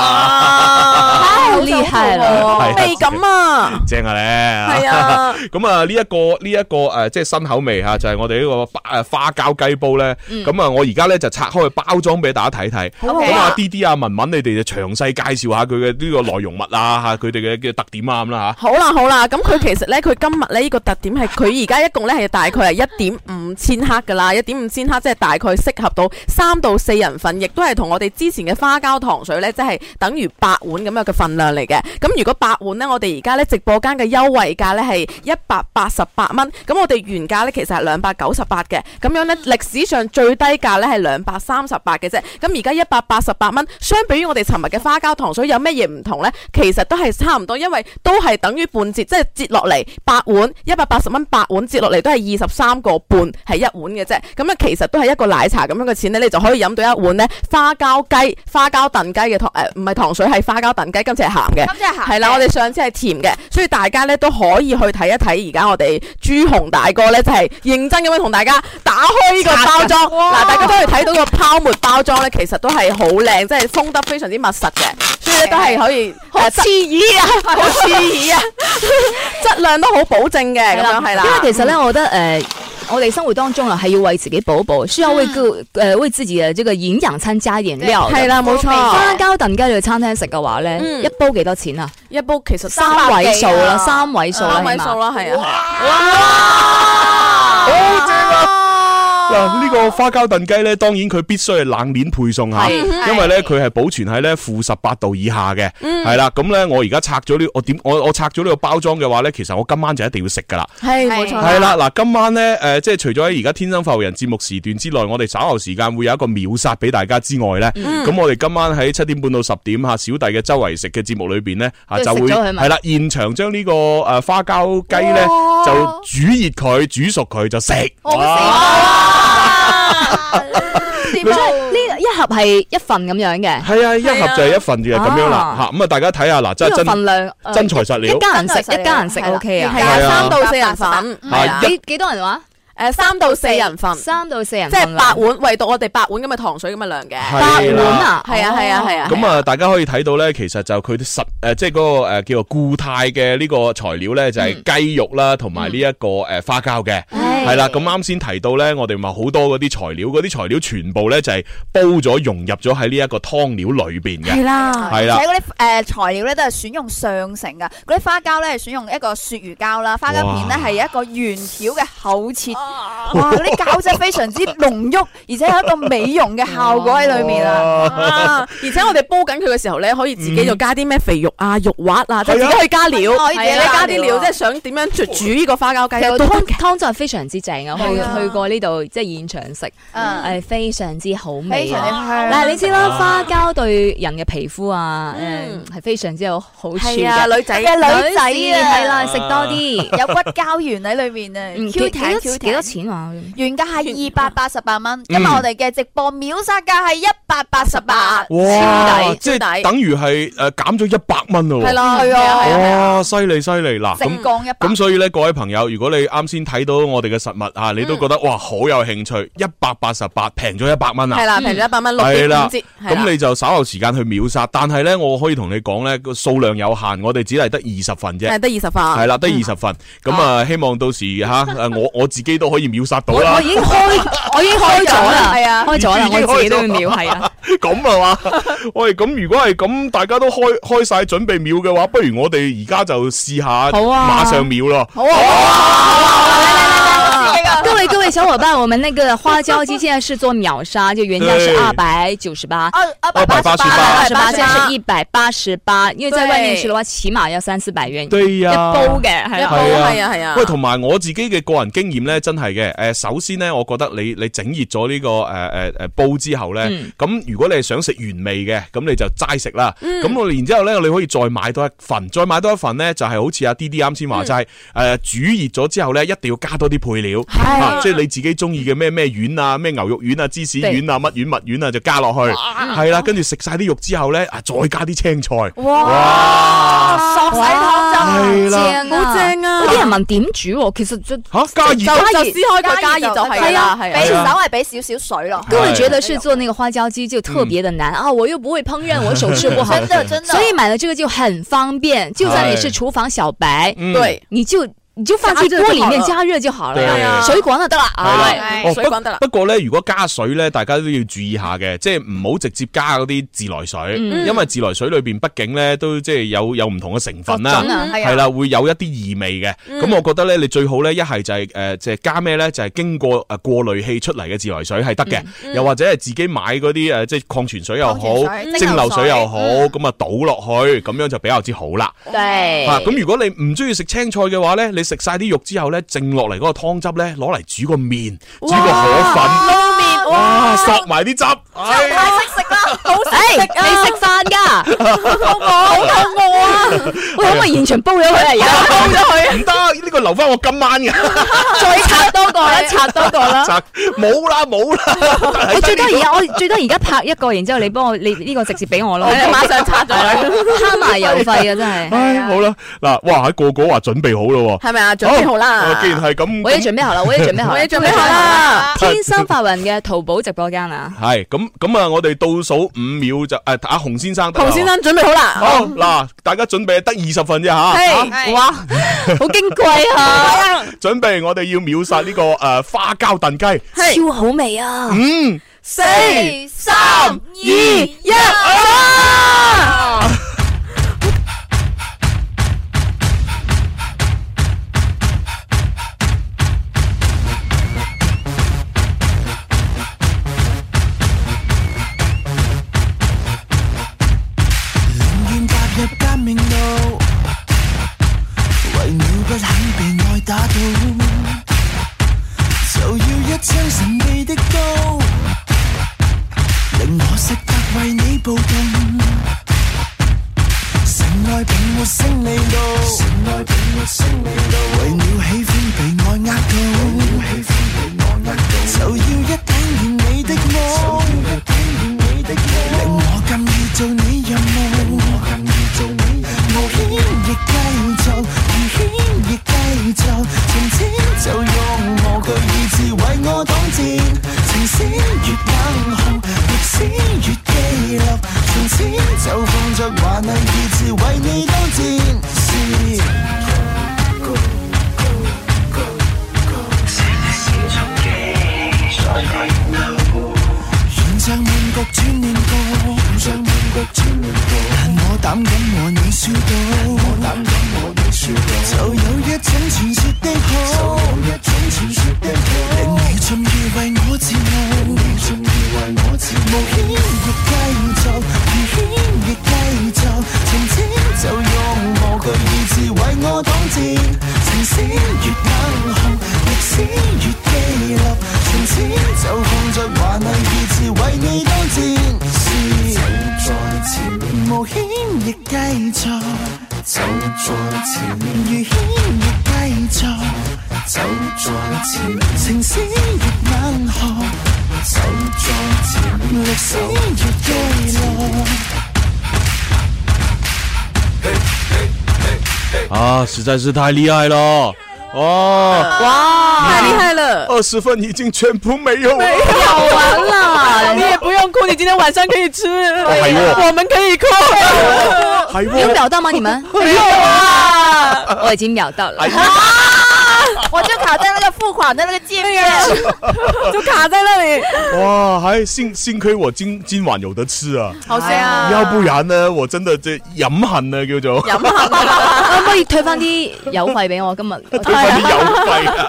哇！太厉係害啦啊，味感啊！正啊咧，係啊 咁啊呢一個呢一個誒即係新口味嚇，就係我哋呢個花誒花膠雞煲咧。嗯咁啊，我而家咧就拆開去包裝俾大家睇睇。好啊咁啊，D D 啊，文文你哋就詳細介紹下佢嘅呢個內容物啊嚇，佢哋嘅嘅特點啊咁啦嚇。好啦好啦，咁佢其實咧，佢今日咧呢個特點係佢而家一共咧係大概係一點五千克噶啦，一點五千克即係大概適合到三到四人份，亦都係同我哋之前嘅花膠糖水咧，即係等於八碗咁樣嘅份量嚟嘅。咁如果八碗呢，我哋而家咧直播間嘅優惠價咧係一百八十八蚊，咁我哋原價咧其實係兩百九十八嘅，咁樣咧歷史上最低價咧係兩百三十八嘅啫。咁而家一百八十八蚊，相比於我哋尋日嘅花膠糖水有咩嘢唔同呢？其實都係差唔多，因為都係等於半折，即係折落嚟八碗一百八十蚊八碗折落嚟都係二十三個半係一碗嘅啫。咁啊，其實都係一個奶茶咁樣嘅錢呢，你就可以飲到一碗呢花膠雞、花膠燉雞嘅糖誒，唔、係糖水係花膠燉雞，今次係鹹嘅。今次係啊鹹嘅係啦，我哋上次係甜嘅，所以大家呢都可以去睇一睇而家我哋朱紅大哥呢，就係、認真咁樣同大家打開呢個包裝。嗱，大家都係睇到個泡沫包裝咧，其實都係好靚，即係封得非常之密實嘅，所以咧都係可以好刺耳啊，好刺耳啊，質量都好保證嘅咁樣係啦。因為其實咧，我覺得诶。我哋生活當中啊，係要為自己補一補，需要為個誒為自己嘅呢個營養餐加點料嘅。係啦冇錯花膠燉雞去餐廳食嘅話咧，啊嗯一煲幾多錢啊？一煲其實三位數啊啦，三位數啦，三位起碼數啦，係啊，啊嗱，呢個花膠燉雞咧，當然佢必須係冷鏈配送嚇，係因為咧佢係保存喺咧負十八度以下嘅，嗯係啦。咁咧我而家拆咗呢，我點我我拆咗呢個包裝嘅話咧，其實我今晚就一定要食㗎啦。係冇錯係啦，嗱，今晚咧，誒，即係除咗喺而家天生發育人節目時段之內，我哋稍後時間會有一個秒殺俾大家之外咧，嗯咁我哋今晚喺七點半到十點嚇，小弟嘅周圍食嘅節目裏邊咧，嚇都就食會咗佢嘛係啦，現場將呢個誒花膠雞咧就煮熱佢、煮熟佢就食。啊即係呢一盒係一份咁樣嘅。係啊，一盒就係一份嘅咁樣啦，啊嚇咁啊，大家睇下嗱，真呢係個真份量呃真材實料一家人食真材實料一家人食 OK 啊，係啊係啊三到四人份，係啊幾幾多人話？誒呃三到四人份，三到四人嗯即份係八碗，唯獨我哋八碗咁嘅糖水咁嘅量嘅，係啦八碗啊係啊係啊係啊，咁啊，大家可以睇到咧，其實就佢啲實誒，即係嗰個誒叫做固態嘅呢個材料咧，就係雞肉啦，同埋呢一個誒花膠嘅，嗯係啦。咁啱先提到咧，我哋咪好多嗰啲材料，嗰啲材料全部咧就係煲咗融入咗喺呢一個湯料裏邊嘅，係啦，係啦而且。嗰啲誒材料咧都係選用上乘噶，嗰啲花膠咧係選用一個鱈魚膠啦，花膠片咧係一個圓條嘅厚切，哇！嗰啲膠質非常之濃郁，而且有一個美容嘅效果喺裏面啊啊！而且我哋煲緊佢嘅時候咧，可以自己就加啲咩肥肉啊、肉滑啊，即係自己去加料，可以自己係啊加加料啲料，即係想點樣煮呢個花膠其實雞個都湯湯真係非常之正啊！去係啊去過呢度即係現場食，嗯係非常之好非味常之啊！香。嗱，你知啦，花膠對人嘅皮膚啊，誒係非常之有好處係啊嘅。女仔嘅嗯女女仔仔啊啊，係啦，食多啲。有骨膠原喺裏 面啊嗯， Q 幾幾多彈 Q 幾多彈。錢啊？原價 係二百八十八嗯蚊，今日我哋嘅直播秒殺價係一百八十八，哇！即超抵係等於係誒減咗一百蚊咯喎，係啦，係啊，係啊。哇！犀利犀利嗱，咁直降一百咁。所以咧，各位朋友，如果你啱先睇到我哋嘅哋嘅實物啊，你都覺得哇好有興趣，一百八十八平咗一百蚊啊！係啦平咗100蚊六點五係啦折係啦咁你就稍後時間去秒殺，但係咧我可以同你講咧個數量有限，我哋只係得二十份啫，係得20份啊係啦嗯得二十份。咁啊，希望到時吓誒 我我自己都可以秒殺到啦。我已經開，我已經開咗啦，係啊開咗啦，我自己都要已經秒，開咗係 啊。 咁啊嘛， 喂，咁如果係咁，大家都開開晒準備秒嘅話，不如我哋而家就試下，好啊馬上秒咯。好啊！各位各位小伙伴，我们那个花椒鸡现在是做秒杀，就原价是对二百九十八，二二哦百八十八啊二十八，现在是一百八十八，因为在外面吃的话，起码要三四百元。對呀一煲嘅係係啊係啊係啊喂，同埋我自己嘅個人經驗咧，真係嘅。誒，首先咧，我覺得你你整熱咗呢個誒誒誒煲之後咧，嗯咁如果你係想食原味嘅，咁你就齋食啦。嗯咁我然之後咧，你可以再買多一份，再買多一份咧，就係好似阿 D D 啱先話齋，誒嗯煮熱咗之後咧，一定要加多啲配料，啊即係你自己中意嘅咩咩丸啊，咩牛肉丸啊、芝士丸啊、乜丸乜丸啊，就加落去。係啦，跟住食晒啲肉之後咧，啊再加啲青菜。哇！索晒湯係汁，啦好正啊啊有啲人問點煮喎，其實就吓加熱哎就就撕開佢加熱就係係啦啊，係俾啊。稍微俾少少水咯。各位觉得是做那个花椒鸡就特别的难嗯啊，我又不会烹饪，我手势不好，真的真 的所以买了这个就很方便，就算你是厨房小白，嗯對你就你就放加进熱就锅里面好了加热就好了對啊呀，水滚了得了係啊。哦哎水滾得啦不不過咧，如果加水咧，大家都要注意下嘅，即係唔好直接加嗰啲自來水，嗯因為自來水裏邊畢竟咧都即係有有唔同嘅成分啦各種啊，係啊係啦，會有一啲異味嘅。咁我覺得咧，你最好咧一係就係誒即係加咩咧，就係經過誒過濾器出嚟嘅自來水係得嘅，又或者係自己買嗰啲誒即係礦泉水又好礦泉水、蒸蒸餾水餾水又好，咁啊倒落去，咁樣就比較之好啦。对啊，咁如果你唔中意食青菜嘅話咧，你食晒啲肉之後咧，剩落嚟嗰個湯汁咧，攞嚟煮個麵，煮個河粉，撈面哇，索埋啲汁，唉識食啦，好 食哎，你食饭噶？我好肚餓啊！喂，可唔可以现场煲咗佢啊？而家溝咗佢，唔得，呢個留翻我今晚嘅， 再拆多個啦，拆多個啦。拆冇啦冇啦，我最多而家我最多而家拍一個，然之後你幫我你呢個直接俾我咯，我馬上拆咗佢，慳埋郵費啊真係。唉好啦，嗱，哇，個個話準備好咯喎，係咪 啊？準備好啊啦！既然係咁，我已經準備好啦，我已經準備好啦，我已經準備好啦天生發雲嘅淘寶直播間啊，係咁咁啊，我哋倒數五秒就誒，阿洪先生得啦，洪先生準備好啦！好嗱，大家準備得二十份啫吓。係哇，好矜貴啊，準備，我哋要秒殺呢個诶花膠燉雞。超好味啊！嗯，四三二一，哎啊！願踏入革命路，為了不肯被愛打倒，就要一槍神秘的刀，令我識得為你暴動。神愛並沒勝利路，神愛並沒勝利路，為了喜歡被愛壓倒，為了喜歡被愛壓倒，就要一頂完你的夢，令我甘意做你任務，我甘意做你冒險亦繼續，危險亦繼續，從此就用無懼意志為我擋箭，情線越冷酷，歷史越記錄，從此就放着華麗意志為你當戰士。沿着面局轉面過，沿着面局轉面過，但我膽敢和你輸到，我膽敢和你輸到，就有一種傳說的好，就有一種傳說的好，令你盡意為我自傲，令你盡意為我自傲，冒險亦繼續，危險亦繼續，從此就用無懼意志為我擋箭，情史越冷酷，歷史越記錄，從此就放着華麗意志為你當戰士。就在前面，冒險亦繼續。就在前面，遇險亦繼續。就在前面，情史越冷酷。就在前面，歷史越記錄。啊，實在是太厲害咯！哦，哇，太厉害了！二十份已经全部没有了，没有完了，你也不用哭，你啊今天晚上可以吃，我们可以哭，还有秒到吗？你们没有啊，我已经秒到了。 我就卡在那个付款的那个界面，就 卡在那里。哇，还幸幸亏我今今晚有得吃啊，好正啊！要不然呢，我真的即飲恨啊叫做。飲恨啊！可唔可以退翻啲油費俾我今日？退翻啲油費啊！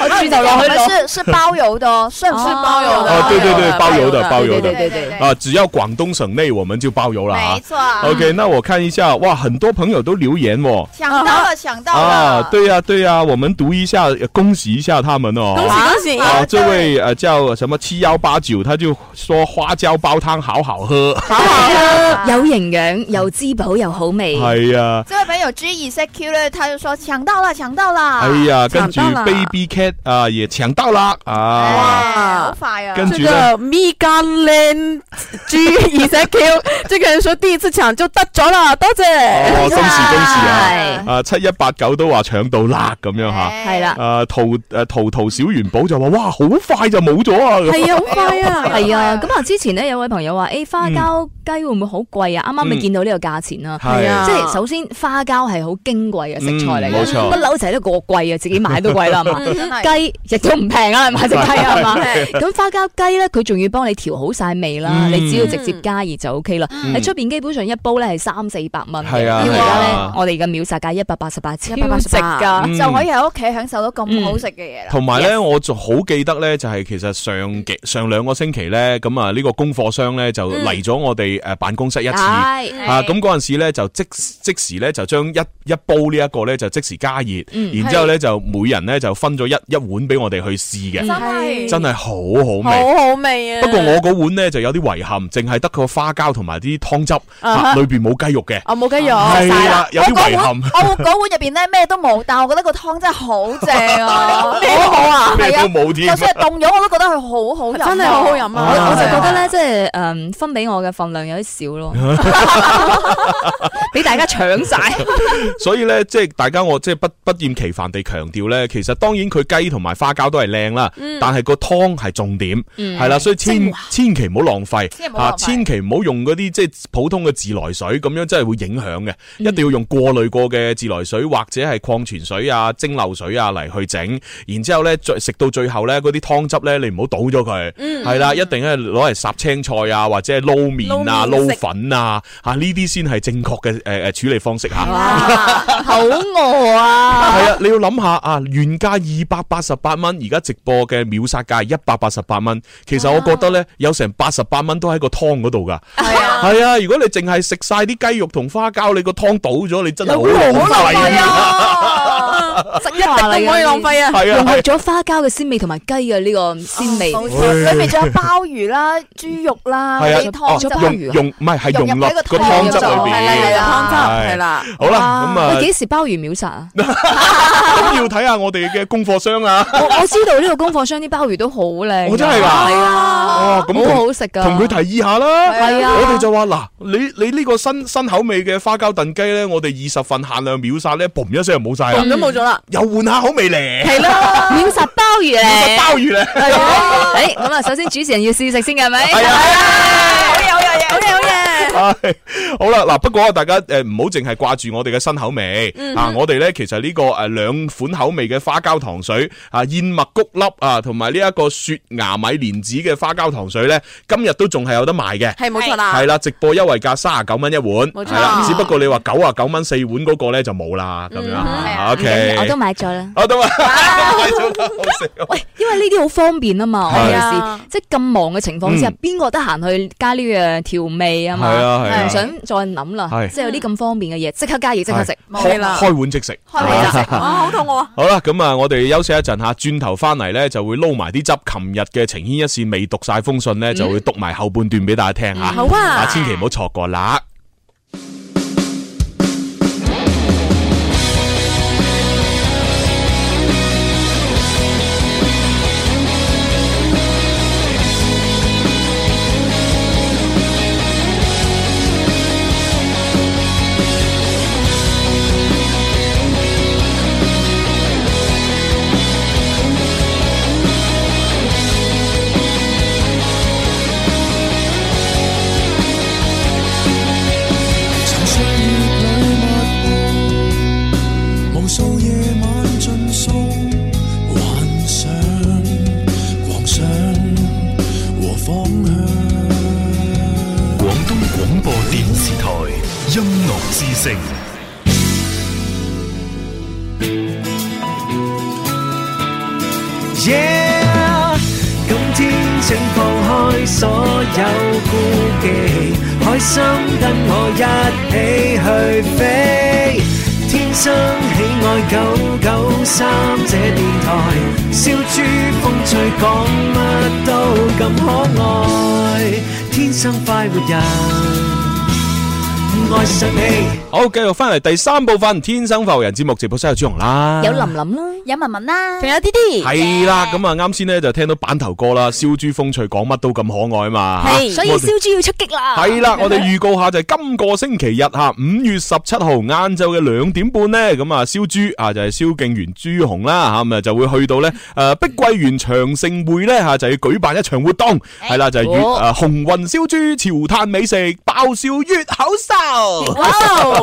我豬頭落去攞。 是是包邮的哦，算不是包邮的？哦，对对对，包邮的，包邮的，对对对啊，只要广东省内我们就包邮了啊。没错。 OK，那我看一下，哇，很多朋友都留言哦。想到了，想到啊了，，对呀、对呀、我们读一下，呃恭喜一下他们哦。恭喜恭喜！啊，这位呃叫什么七幺八九，他就说花椒煲汤好好喝， 有營養，又滋補，又好味。系哎呀，这位朋友 G 二 Z Q 呢，他就说抢到了，啊抢到了，哎呀，跟住抢到啦 Baby Cat 啊也抢到啦啊，哎，好快啊！跟这住呢，个 Megan Lin G 二三 Q，这个人说第一次抢就得咗啦，多谢。哦，恭喜恭喜啊哎！啊，七一八九都話搶到啦，咁樣吓。哎係啦，誒淘誒淘淘小元寶就話：哇，好快就冇咗哎啊！ 咁系啊，好快 哎啊！係啊，咁啊，之前咧有位朋友話：，誒花膠雞會唔會好貴啊？啱啱咪嗯見到呢個價錢啦。係啊即係首先花膠係好矜貴嘅食材嚟嗯冇嘅，錯不嬲就係得個貴啊，自己買都貴啦，係嘛？ 真係雞亦都唔平啊，係買只雞係嘛？咁花膠雞咧，佢仲要幫你調好晒味啦，嗯你只要直接加熱就 O K 啦。嗯喺出邊基本上一煲咧係三四百蚊嘅，係啊因為係而家咧啊我哋嘅秒殺價一百八十八，超值188㗎。嗯就可以喺屋企享受到咁好食嘅嘢啦。同埋咧，我就好記得咧，就係其實上幾上兩個星期咧，咁啊呢個供貨商咧就嚟咗我哋誒辦公室一次。係啊，咁嗰陣時咧就即即時咧就將一一煲呢一個咧就即時加熱，然之後咧就每人咧就分咗一一碗俾我哋去試嘅，嗯係真係好好味。好好味啊！不過我嗰碗咧就有啲遺憾，淨係得個花膠同埋啲湯汁，啊哈裏邊冇雞肉嘅。啊冇雞肉，係啦，有我啲嗰遺碗，憾。我嗰碗入邊咧咩都冇，但我覺得個湯真係好正啊！好好啊，咩係啊都冇添就算係凍咗，我都覺得佢好好飲啊，真係好好飲我啊！我就覺得咧，即係誒分俾我嘅份量有啲少咯，俾大家搶晒。 所以咧，即係大家我即係不不厭其煩地強調咧，其實當然佢雞同埋花膠都係靚啦，嗯但係個湯係重點，係啦，所以千千祈唔好浪千祈費啊唔好浪費千祈唔好用嗰啲即係普通嘅自來水，咁樣真係會影響嘅，嗯一定要用過濾過嘅自來水或者係礦泉水啊、蒸餾水啊嚟去整，然之後咧再食到最後咧嗰啲湯汁咧，你唔好倒咗佢，嗯係啦，一定係攞嚟烚青菜啊，或者係撈麵啊、嗯撈麵食撈粉啊，嚇呢啲先係正確嘅誒誒處理方式嚇。好餓啊！系啊，你要谂下啊，原价二百八十八蚊，而家直播嘅秒杀价一百八十八蚊。其实我觉得咧，有成八十八蚊都喺个汤嗰度噶。係啊，系啊，如果你净系食晒啲鸡肉同花胶，你个汤倒咗，你真系好好浪浪费費啊！啊！食一一定唔可以浪費啊！系融合啊，咗花膠嘅鮮味同埋雞嘅呢個鮮味，冇錯，裏面仲有鮑魚啦、豬肉啦、系啊啲，湯汁汁用用唔系系融入融落喺個个湯汤汁度里边，啊係係啊啦係啦，湯汁係啦，好啦，咁啊你，幾時鮑魚秒殺啊？咁 要睇下我哋嘅供货商啊。我我知道呢個供貨商啲鮑魚都好靚㗎，我真係㗎係啊，哦，咁好同好食㗎。同佢提議下啦。係啊我哋就話嗱，你你呢個新新口味嘅花膠燉雞咧，我哋二十份限量秒殺咧，嘣一聲就冇晒啦咁，都冇咗啦。又換下口味咧，係啦，秒殺鮑魚 咧。鮑魚咧，係啊誒咁啊，首先主持人要試食先嘅係咪？係啊。好嘢，好嘢，好嘢，好嘢！唉好啦，嗱，不過大家诶唔好淨係掛住我哋嘅新口味啊！我哋咧其實呢個诶两款口味嘅花膠糖水啊，燕麥谷粒啊，同埋呢一個雪牙米蓮子嘅花膠糖水咧，今日都仲係有得賣嘅。係冇錯啦，系啦，直播優惠價三十九蚊一碗，啊冇錯係啦，只不過你話九啊九蚊四碗嗰個咧就冇啦，咁樣啊唔哎緊要嗯我都，OK，買咗啦。我都啊，買咗啦好食啊 喂，哎因為呢啲好方便啊嘛，我係嗯哋啊時即係咁忙嘅情況之下，邊個得閒去加呢樣調味啊嘛？係啊係啊唔想再諗啦係，即係有啲咁方便嘅嘢，即刻加熱，即刻食。冇啦，開碗即食，開胃食，啊好肚餓啊！好啦，咁啊，我哋休息一陣吓，轉頭翻嚟咧就會撈埋啲汁。琴日嘅情牽一線未讀晒封信咧，就會讀埋後半段俾大家聽吓。好啊千祈唔好錯過啦。 Hãy subscribe cho kênh Ghiền Mì Gõ Để không bỏ lỡ 城。 Yeah，今天請放開所有顧忌，開心跟我一起去飛。天生喜愛九九三這電台，笑豬風趣講乜都咁可愛，天生快活人，愛上你。好，繼續翻嚟第三部分《天生浮人》節目直播室有朱紅啦，琳啦，有文文啦，仲有啲啲，系啦，咁啊啱先咧就聽到板頭歌啦，燒豬風趣講乜都咁可愛啊嘛，嚇所以我哋燒豬要出擊啦。系啦，我 哋預告下就係今個星期日吓，五月十七號晏晝嘅兩點半呢，咁啊燒豬啊就係蕭敬元朱紅啦吓，咁啊就會去到呢诶碧桂園長盛會呢，吓，就要舉辦一場活動，係啦就呃係粵哦诶紅雲燒豬潮嘆美食爆笑粵口秀，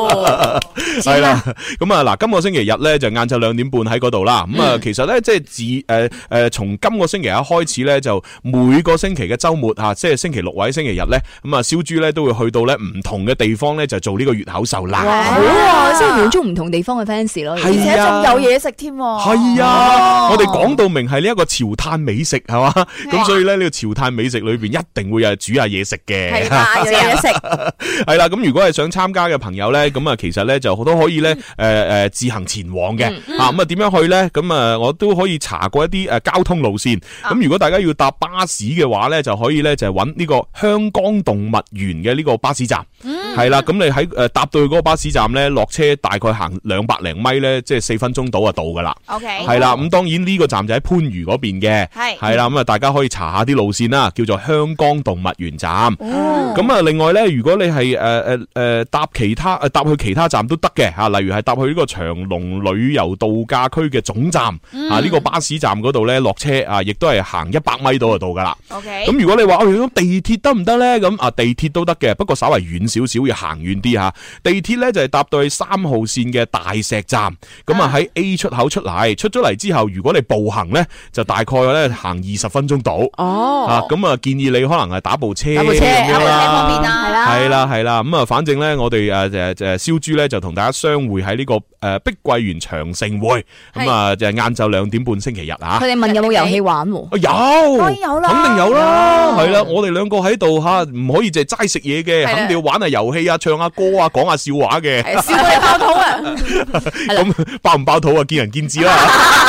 系啦，咁啊嗱，今個星期日咧就晏晝兩點半喺嗰度啦。咁啊，其實咧即係自诶诶，从今個星期一開始咧，就每個星期嘅週末啊吓，即係星期六或者星期日咧，咁啊，燒豬咧都會去到咧唔同嘅地方咧，就做呢個月口秀啦。好啊，即係滿足唔同地方嘅 fans 咯。而且仲有嘢食添喎。係啊，我哋講到明係呢一個潮嘆美食係嘛，咁所以咧呢個潮嘆美食裏边一定會有煮下嘢食啊嘅。係啦，有嘢食。系啦，咁如果係想參加嘅朋友咧，咁啊其實咧就都可以咧，诶诶自行前往嘅，嗯啊咁啊點樣去咧？咁啊我都可以查過一啲诶交通路線。啊咁如果大家要搭巴士嘅話咧，就可以咧就係揾呢個香港動物園嘅呢個巴士站，嗯係啦，咁你喺诶呃搭到去嗰個巴士站咧，落車大概行兩百零米咧，即係四分鐘到就到噶啦。 OK 哎係啦，咁當然呢個站就喺番禺嗰邊嘅，係係啦，咁啊大家可以查下啲路線啦，叫做香港動物園站。哦咁啊，另外咧，如果你係诶诶诶搭其他诶搭去其他站都得嘅吓，例如係搭去呢個長隆旅遊度假區嘅總站嗯啊，呢個巴士站嗰度咧落車啊，亦都係行一百米到就到噶啦。 OK 咁如果你話哦，咁地鐵得唔得咧？咁啊，地鐵都得嘅，不過稍為遠少少，要行遠啲吓。地鐵咧就係搭到去三號線嘅大石站，咁啊喺 A 出口出嚟，出咗嚟之後，如果你步行咧，就大概咧行二十分鐘到。哦啊，咁啊建議你可能係打部車，打部車咁樣打部車啦方便啦係啦係啦，係啦，咁啊，反正咧，我哋誒誒誒燒豬咧就同大家相會喺呢個誒碧桂園長盛會，咁啊就係晏晝兩點半星期日啊。佢哋問有冇遊戲玩喎？有，當然有啦肯定有啦，係啦，我哋兩個喺度吓，唔可以嗯淨係齋食嘢嘅，係啦肯定要玩下遊戲啊，唱下歌啊，講下笑話嘅。笑到你爆肚啊！咁爆唔爆肚啊，見仁見智啦。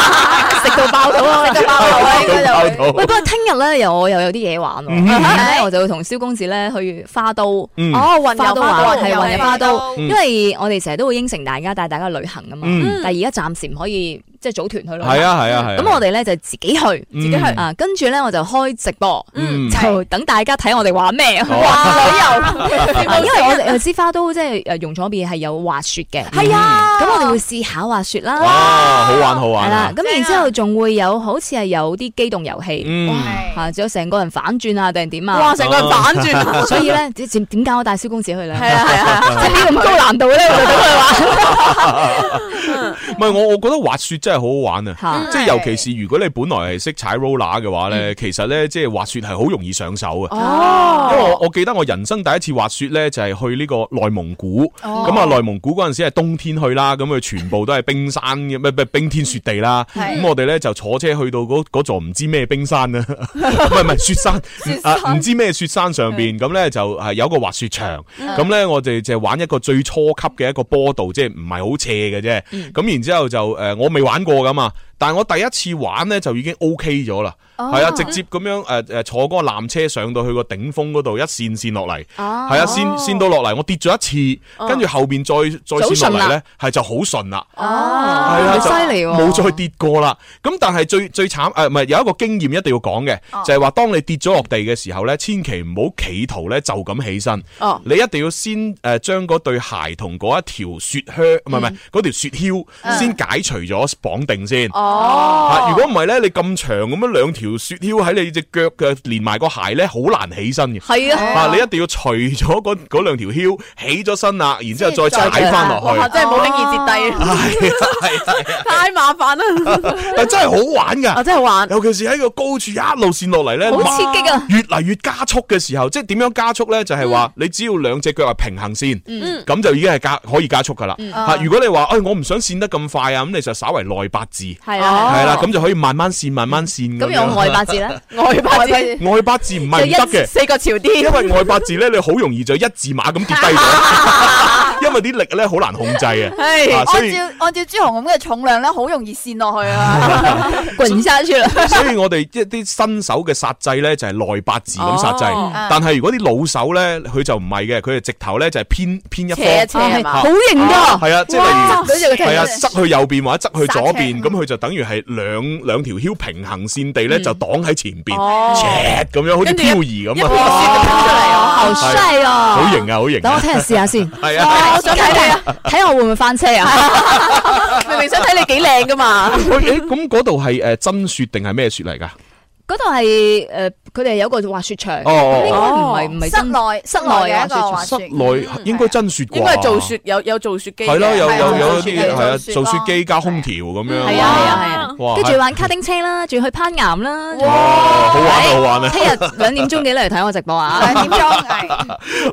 食到爆肚啊！食到 爆肚啊應該就會食到爆肚喂，不過聽日咧又我又有啲嘢玩喎， 嗯聽日咧我就會同蕭公子咧去花都。嗯哦雲遊花都花玩都係雲雲遊遊花花都都，嗯因為我哋成日都會應承大家帶大家去旅行噶嘛嗯，但係而家暫時唔可以即係組團去旅行。係啊係啊係啊咁我哋咧就自己去，自己去啊，跟住咧我就開直播，嗯就等大家睇我哋玩咩。哦哇！旅遊 因為我哋知花都即係誒榕廠邊係有滑雪嘅，係啊咁我哋會試下滑雪啦。哇，好玩好系玩啦啊，！咁然之後仲會有好似係有啲機動遊戲，嗯嚇，啊仲有成個人反轉啊，定係點啊？哇成個人反轉所以咧，點點點解我帶蕭公子去咧？係啊係啊係啊 即係呢個咁高難度咧，我就等佢玩。唔係我，我覺得滑雪真係好好玩啊！嚇即係尤其是如果你本來係識踩 roller 嘅話咧，其實咧即係滑雪係好容易上手啊！哦因為我我記得我人生第一次滑雪咧就係去呢個內蒙古，哦咁啊內蒙古嗰陣時係冬天去啦，咁佢全部都係冰山嘅，咩咩冰天雪地啦。係咁我哋咧就坐車去到嗰嗰座唔知咩冰山 啊，唔係唔係雪山雪，山啊唔知咩雪山上邊，咁咧就係有個滑雪場，嗯咁咧我哋就玩一個最初級嘅一個坡度，即係唔係好斜嘅嗯啫。咁然之後就誒我未玩過噶嘛，但係我第一次玩咧就已經 OK 咗啦，哦係啊，直接咁樣誒誒坐嗰個纜車上到去個頂峰嗰度，一線線落嚟，係哦啊，線線到落嚟，我跌咗一次，哦跟住後邊再再就好線順落嚟啦咧，係就好順啦。哦係好啊，犀利喎，冇再跌過啦。咁但係最最慘呃诶，誒唔係有一個經驗一定要講嘅，哦就係話當你跌咗落地嘅時候咧，千祈唔好企圖咧就咁起身。哦你一定要先诶将嗰對嗯鞋同嗰一條雪靴，唔係唔係嗰條雪橇先解除咗綁定先。哦吓，哦啊如果唔係咧，你咁長咁樣兩條雪橇喺你只腳嘅連埋個鞋咧，好難起身嘅。係啊啊你一定要除咗嗰嗰兩條橇，起咗身啦，然之后再踩翻落去哇，。真係冇拎二節係啊係啊低，太麻煩啦。但真係好玩噶，啊真係好玩，尤其是喺個高處一路線落嚟咧，好刺激啊哇越嚟越加速嘅時候，即係點樣加速咧？就係話你只要兩隻腳係平衡線，嗯咁就已經係加可以加速噶啦。啊嗯嚇，如果你話誒我唔想線得咁快啊，咁你就稍為內八字，係啊係啦，咁就可以慢慢線慢慢線樣。哦咁用外八字咧，外八字外八字唔係唔得就一嘅，四個朝天因為外八字咧，你好容易就一字馬咁跌低 咗，因為啲力咧好難控制嘅，啊所按以。照按照朱紅咁嘅重量咧，好容易跣落去啊，滾下去啦。所以我哋一啲新手嘅殺制咧就係內八字咁殺制哦，但係如果啲老手咧佢就唔係嘅，佢係直頭咧就係偏偏一斜方一斜係嘛啊好型㗎係啊，即係哇例如佢就係啊，係側去右邊或者側去左邊，剎咁佢就等於係兩兩條枭平行線地咧就擋喺前邊，嗯哦斜咁樣好似漂移咁啊，好帥啊！好型啊，好型啊！等我聽日試下先。係 哇啊，我想睇你啊，睇下我會唔會翻車啊？明明想睇你幾靚噶嘛。喂誒咁嗰度係誒真雪定係咩雪嚟㗎？嗰度係誒，呃佢哋有個滑雪場，哦哦咁應該唔係唔係哦室內室內嘅一個滑室內啊應該真雪啩？應該係做雪有有做雪機嘅，係咯，有有有一做雪啲機係啊，做雪做雪咯機加空調咁樣。係啊係啊係啊哇，跟住玩卡丁車啦，仲要去攀岩啦。哎哦好玩啊好玩啊！聽日兩點鐘幾嚟睇我直播 啊？兩點鐘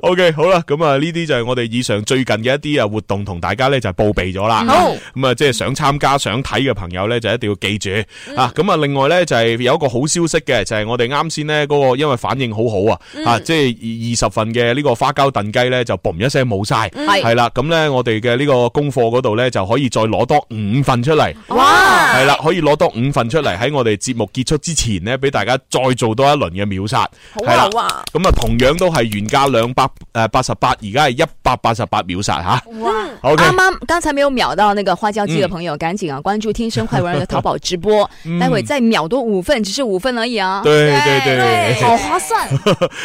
O K，好啦，咁啊呢啲就係我哋以上最近嘅一啲啊活動，同大家咧就係報備咗嗯啦。好咁啊，即係想參加、想睇嘅朋友咧，就一定要記住嗯啊。咁啊，另外咧就係有一個好消息嘅，就係我哋啱先咧嗰個，因為反應好好啊，嗯啊，即係二十份嘅呢個花膠燉雞咧就嘣一聲冇晒，嗯係係啦。咁咧我哋嘅呢個功課嗰度咧就可以再攞多五份出嚟，哇係啦，可以攞多五份出嚟喺我哋節目結束之前咧，俾大家再做多一輪嘅秒殺，好啊係啦好啊咁啊，同樣都係原價兩百诶八十八，而家係一百八十八秒殺吓。啱啊 OK 啱刚才没有秒到那个花椒鸡的朋友，赶紧啊关注“天生快活人”的淘宝直播，嗯待会再秒多五份，只是五份而已啊！對對對好划算。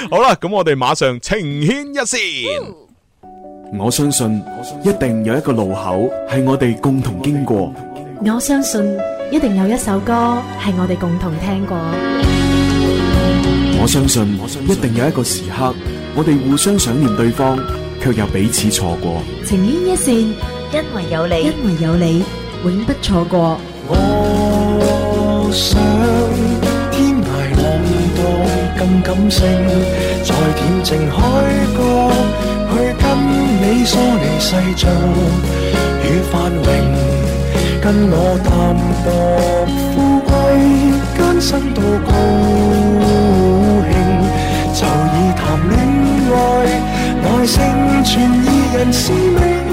好啦，咁我哋馬上情牽一線。我相信一定有一個路口係我哋共同經過，我相信一定有一首歌係我哋共同聽過。我相信一定有一個時刻，我哋互相想念對方，卻又彼此錯過。情牽一線，因為有你，因為有你，永不錯過。我想天涯浪蕩更感性，在恬靜海角去跟你梳理世俗與繁榮，跟我淡薄富貴艱辛到高興，就以談戀愛耐性全意人使命。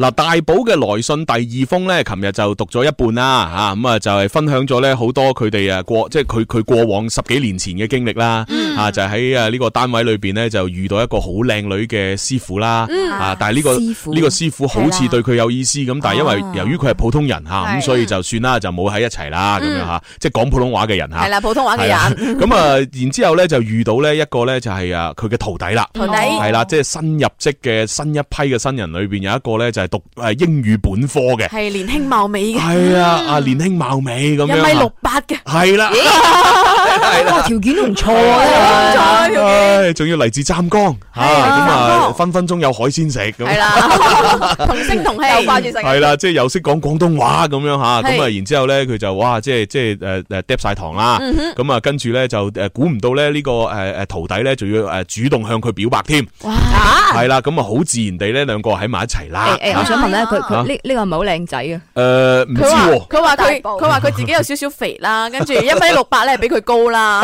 嗱，大寶嘅來信第二封呢，琴日就讀咗一半啦，吓咁啊就係分享咗呢好多佢哋啊過，即係佢佢過往十幾年前嘅經歷啦，啊就喺啊呢個單位裏邊呢，就遇到一個好靚女嘅師傅啦嗯，啊但係呢個師傅呢個師傅好係似啦對佢有意思咁，但係因哦為由於佢係普通人吓，係咁所以就算啦，就冇喺一齊啦咁樣吓，即係講普通話嘅人吓，係啦普通話嘅人係啦咁啊，然之後咧就遇到呢一個咧就係啊佢嘅徒弟啦，徒弟係啦，即係新入職嘅新一批嘅新人裏邊有一個咧就係讀誒英語本科嘅，係年輕貌美嘅，係啊，啊年輕貌美咁一樣，米六八嘅，係啦，係 啦，條件都唔錯啊真係唉仲要嚟自湛江嚇，咁啊分分鐘有海鮮食咁，係啦，同聲同氣，掛住係啦，即係又識講廣東話咁樣吓，咁啊，係然之後咧佢就哇，即係即係誒誒嗒晒糖啦嗯哼，咁啊，跟住咧就誒估唔到咧呢個誒誒徒弟咧，仲要誒主動向佢表白添，係啦，咁啊好自然地咧兩個喺埋一齊啦。誒誒，哎我想問咧，佢佢呢呢個係咪好靚仔啊？誒唔知佢話喎，佢話佢佢話佢自己有少少肥啦，跟住一米六八咧比 佢高啦。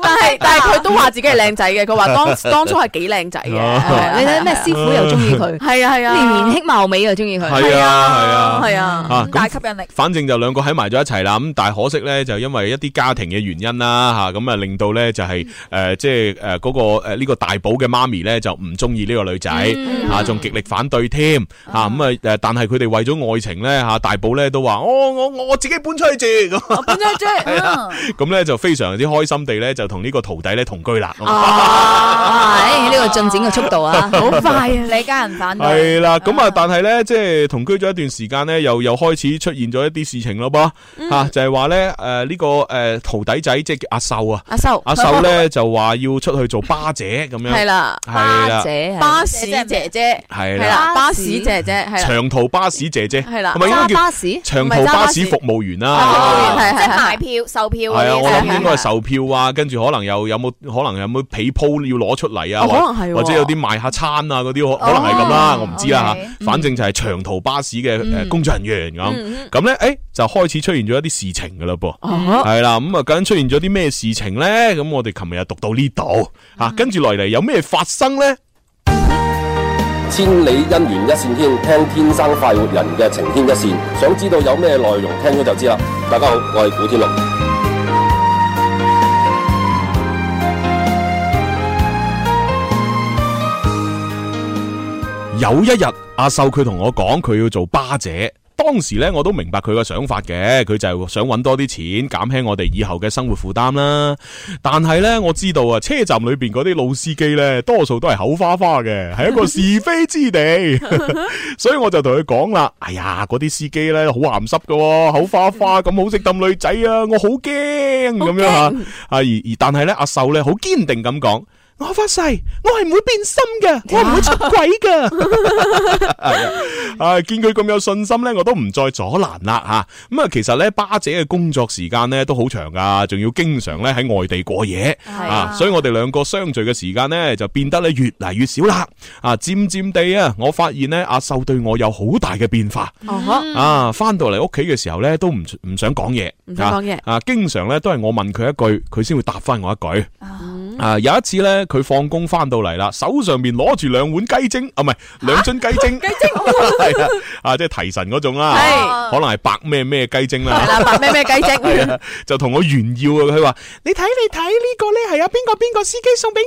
但係但係佢都話自己係靚仔嘅，佢話當當初係幾靚仔嘅。哦係啊你睇咩師傅又中意佢，係啊係啊連年輕貌美又中意佢，係啊係啊係啊咁大吸引力。反正就兩個喺埋咗一齊啦，咁但係可惜咧，就因為一啲家庭嘅原因啦，吓咁啊令到咧就係嗯誒即係誒嗰個誒呢個大寶嘅媽咪咧就唔中意呢個女仔，嗯吓仲極力反對添，吓咁啊誒，但係佢哋為咗愛情咧吓，大寶咧都話我我我自己搬出去住咁，搬出去住咁咧就非常之開心地哋咧就同呢個徒弟咧同居啦。啊啊唉，呢個進展嘅速度啊，好快啊！你家嗯人反對，系啦，咁啊，但系咧，即系同居咗一段時間咧，又又開始出現咗一啲事情咯噃，嗯吓就係話咧，诶呢個诶徒弟仔即係阿秀 啊，阿秀阿秀咧就話要出去做巴姐咁樣，係啦， 係啦，巴士姐姐係啦係啦，巴士姐姐係啦。長途巴士姐姐係啦係咪應該揸巴叫士長唔係途揸巴巴士士啊服務員啊啦？係係即係買票、售票嗰係啊，啲我啫。諗應該係售票啊，跟住可能又有冇可能有冇被鋪要攞出嚟啊，哦可能或係喎哦或者有啲賣下餐啊嗰啲，可可能係咁啦，我唔知啦 OK 吓。反正就係長途巴士嘅誒嗯工作人員嗯咁，咁咧誒就開始出現咗一啲事情噶啦噃，哦係啦，咁啊究竟出現咗啲咩事情咧？咁我哋琴日又讀到呢度嗯啊，跟住落嚟有咩發生咧？千里姻緣一線牽，聽天生快活人嘅晴天一線。想知道有咩內容，聽咗就知啦。大家好，我係古天樂。有一日，阿秀佢同我講佢要做巴姐。當時咧，我都明白佢嘅想法嘅，佢就係想揾多啲錢，減輕我哋以後嘅生活負擔啦。但係咧，我知道啊，車站裏邊嗰啲老司機咧，多數都係口花花嘅，係一個是非之 地。所以我就同佢講啦：，哎呀，嗰啲司機咧好鹹濕嘅，口花花咁，好識氹女仔啊，我好驚咁樣嚇。啊，而而但係咧，阿秀咧好堅定咁講。我發誓，我係唔會變心嘅，我唔會出軌噶。啊，見佢咁有信心咧，我都唔再阻攔啦吓。咁啊，其實咧，巴姐嘅工作時間咧都好長噶，仲要經常咧喺外地過夜係啊啊，所以我哋兩個相聚嘅時間咧就變得咧越嚟越少啦。啊，漸漸地啊，我發現咧阿秀對我有好大嘅變化。哦呵啊，翻到嚟屋企嘅時候咧都唔唔想講嘢，唔想講嘢啊，經常咧都係我問佢一句，佢先會答翻我一句。啊，有一次咧，佢放工翻到嚟啦，手上面攞住兩碗雞精，啊，唔係兩樽雞 精，雞精係啊，啊，即係提神嗰種啦，係可能係白咩咩雞精啦，係啦白咩咩雞精係啊，就同我炫耀啊，佢話你睇你睇呢個咧係啊邊個邊個司機送俾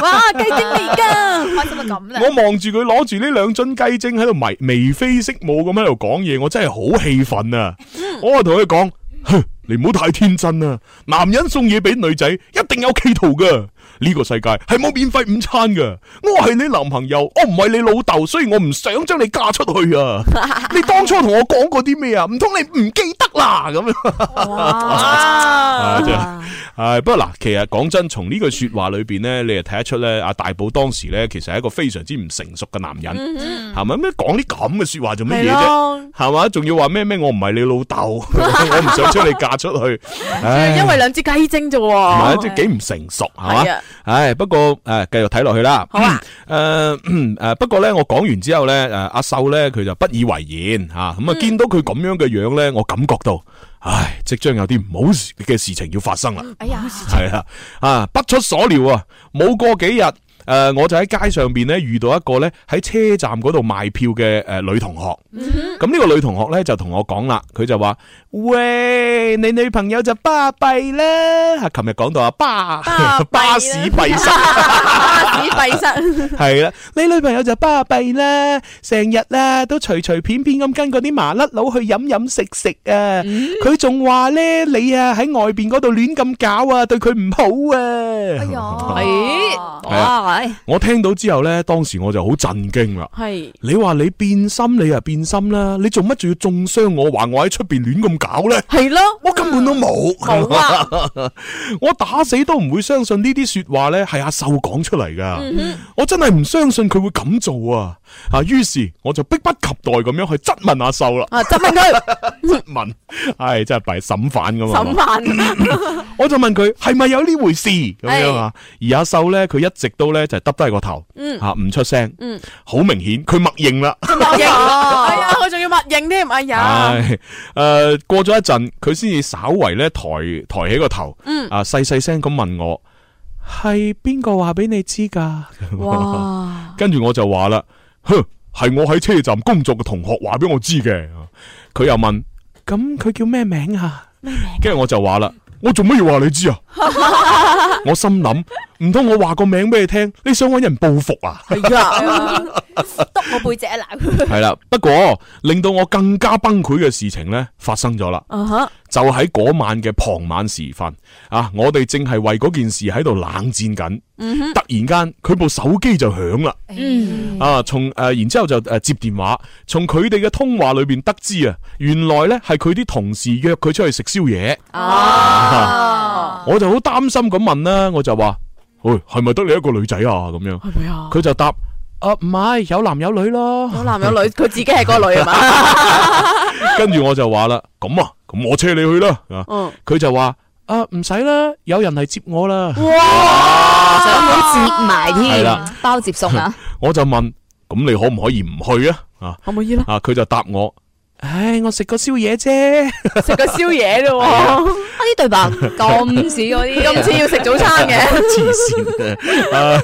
我㗎，哇，雞精嚟㗎，開心到咁咧。我望住佢攞住呢兩樽雞精喺度迷眉飛色舞咁喺度講嘢，我真係好氣憤 啊！我就同佢講：哼，你唔好太天真啦，男人送嘢俾女仔一定有企圖噶。呢個世界係冇免費午餐噶，我係你男朋友，我唔係你老豆，所以我唔想將你嫁出去 啊！你當初同我講過啲咩啊？唔通你唔記得啦咁啊，真係唉，不過嗱，其實講真，從呢句说話裏边咧，你係睇得出咧，阿大寶當時咧，其實係一個非常之唔成熟嘅男人，係咪咩講啲咁嘅说話做乜嘢嗯係啫咯？係嘛，仲要話咩咩？我唔係你老 豆，我唔想將你嫁出去，唉啊因為兩支雞精啫唔係喎，即係幾唔成熟係嘛係啊？唉，不過诶，继续睇落去啦。好啊。诶诶，不過咧，我講完之後咧，诶，阿秀咧，佢就不以為然吓，咁嗯啊，見到佢咁樣嘅樣咧，我感覺到，唉，即將有啲唔好嘅事情要發生啦。哎呀， 系啦，啊，不出所料啊，冇過幾日。诶、我就喺街上边咧遇到一個咧喺車站嗰度賣票嘅诶女同學，咁呢、個女同學咧就同我講啦，佢就話：，喂，你女朋友就巴閉啦。啊，琴日講到啊巴巴士閉塞，巴士 閉塞。 係啦，你女朋友就巴閉啦，成日咧都隨隨便便咁跟嗰啲麻甩佬去飲飲食食啊，嗯佢仲話咧你啊喺外邊嗰度亂咁搞啊，對佢唔好哎啊。咦，係啊哇， 我聽到之後咧，當時我就好震驚啦。系你話你變心，你啊變心啦，你做乜仲要中傷我，話我喺出邊亂咁搞咧？係咯，我根本都冇，冇啊， 我打死都唔會相信呢啲说話咧係阿秀講出嚟噶，嗯哼我真係唔相信佢會咁做啊！啊，於是我就迫不及待咁樣去質問阿秀 啦，啊，質問佢質問，唉，真係弊審犯噶嘛，審 犯。我就問佢係咪有呢回事咁樣啊？而阿秀咧，佢一直都咧就係耷低個頭，嗯吓唔出聲，嗯，好明顯佢默認啦。默認，哎呀，我仲要默認添，哎呀，唉，诶，过咗一陣，佢先至稍為咧抬抬起個頭，嗯啊細細聲咁問我係邊個話俾你知㗎？哇， 跟住我就話啦，哼，係我喺車站工作嘅同學話俾我知嘅。 佢又問咁佢叫咩名啊？跟住我就話啦，我做乜要話你知啊？我心諗，唔通我話個名俾你聽，你想揾人報復 啊？係啊，督我背脊一鬧。系啦，不過令到我更加崩潰嘅事情呢，發生咗啦。啊哈就喺嗰晚嘅傍晚時分啊，我哋正係為嗰件事喺度冷戰緊。嗯哼突然間佢部手機就響啦。嗯啊，從诶、呃然之后就诶、呃接電話，從佢哋嘅通話裏边得知啊，原來呢係佢啲同事約佢出去食宵夜。啊我就好擔心咁問啦，我就話：，喂，係咪得你一個女仔啊？咁樣，係咪啊佢就答：，啊，唔係，有男有女 咯。有男有 女，佢自己係個 女啊嘛。跟住我就話啦，咁啊，咁我車你去啦。啊嗯佢就話：啊，唔使啦，有人嚟接我啦。哇，上門接埋係添啦，包 接送啊！我就問：咁你可唔可以唔去啊？啊，可唔可以咧？啊，佢就答我：唉，我食個宵夜啫， 食個宵夜啫喎。啊啲對白咁似嗰 啲，咁似要食早餐嘅黐線啊！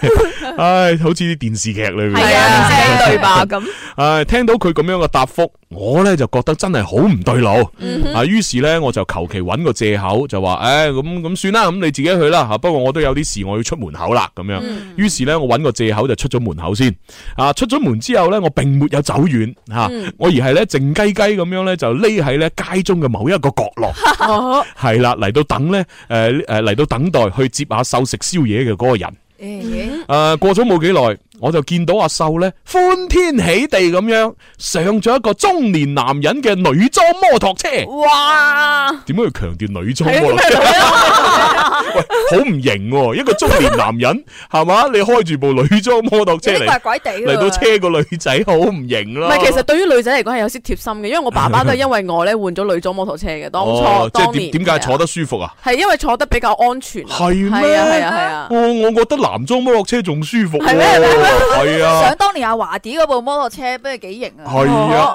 唉，唉好似啲電視劇裏面。係啊，電視劇對白咁。诶，听到佢咁樣嘅答覆，我呢就覺得真係好唔對路。嗯啊，於是呢，我就求其揾個借口，就話：，诶，咁咁算啦，咁你自己去啦吓。不過我都有啲事，我要出門口啦，咁樣。嗯於是呢，我揾個借口就出咗門口先。啊，出咗門之後呢，我並沒有走遠吓，啊嗯我而係呢，靜雞雞咁樣呢，就匿喺呢街中嘅某一個角落。哦，係啦，嚟到等呢，诶诶嚟到等待去接阿秀食宵夜嘅嗰個人。嗯诶、呃过咗冇幾耐，我就見到阿秀咧歡天喜地咁樣上咗一個中年男人嘅女裝摩托車。哦哇！點解要強調女裝係啊摩托點車？解 喂，好唔型喎！一個中年男人係嘛，你開住部女裝摩托車呢個係嚟鬼地喎嚟到車個女仔，好唔型唔咯。係，其實對於女仔嚟講係有少貼心嘅，因為我爸爸都係因為我咧換咗女裝摩托車嘅，當初哦，即當係點年點解坐得舒服啊？係因為坐得比較安全啊，係咩？係啊係啊係啊，哦，我覺得男裝摩托車仲舒服喎。係咩係咩係啊。想當年阿華啲嗰部摩托車，不如幾型啊！系哦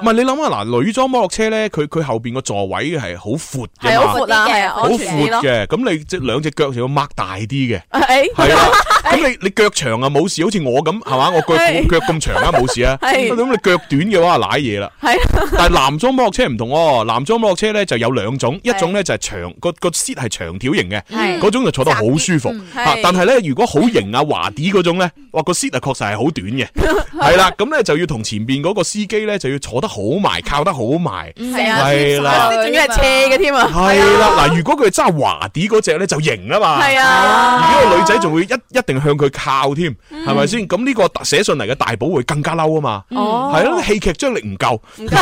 啊，唔係你諗下嗱，女裝摩托車咧，佢佢后边個座位係好闊嘅係嘛，好闊啦係啊好安全啲闊咯嘅，咁你即兩隻腳就要擘大啲嘅，誒係 啊，咁你你腳長啊冇事，好似我咁係嘛，我腳係腳咁長啊冇事啊，係咁你腳短嘅話濑嘢啦。哎係啊 但係男裝摩托車唔同喎，男裝摩托車咧就有兩種，一種咧就係長個個 seat 係長條型嘅，係嗰種就坐得好舒服。嗯啊係但係咧如果好型啊華啲嗰種咧，哇個 seat 啊確實係好短嘅， 係啦，咁咧就要同前邊嗰個司機咧就要坐得好埋，靠得好埋，嗯啊係啦。仲要係斜嘅添啊，係啦，嗱，如果佢揸華啲嗰只咧就型啊嘛，係啊而家個女仔仲會一一定向佢靠添，係咪先？咁呢個寫信嚟嘅大寶會更加嬲啊嘛，哦係咯，戲劇張力唔夠，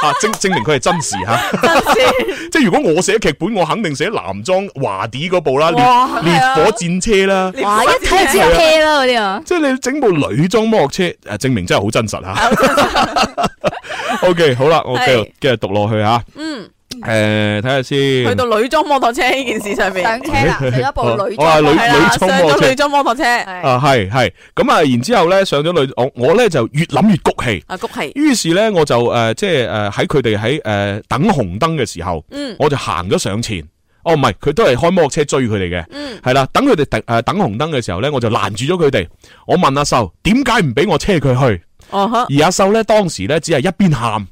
啊，證證明佢係真事吓， 即係如果我寫劇本，我肯定寫男裝華啲嗰部啦，烈哇烈係啊火戰車啦，哇，一睇就知係啊係 K 啦嗰啲啊！即係你整部女裝摩托車，诶，呃证明真係好真實吓。O K，好啦，我繼續係繼續讀落去吓。嗯，诶，睇下先。去到女裝摩托車呢件事上面，上車啦上咗部女裝哦哦女係啦女裝摩托車上咗女裝摩托車，啊啊，係係咁啊，然之后咧上咗女，我我咧就越諗越谷氣。谷係，於是咧我就诶、呃即係诶喺佢哋喺诶等紅燈嘅時候，嗯我就行咗上前。哦，唔係，佢都係開摩托車追佢哋嘅，嗯係啦、等佢哋等诶等紅燈嘅時候咧，我就攔住咗佢哋。我問阿秀點解唔俾我車佢去？哦呵，而阿秀咧當時咧只係一邊喊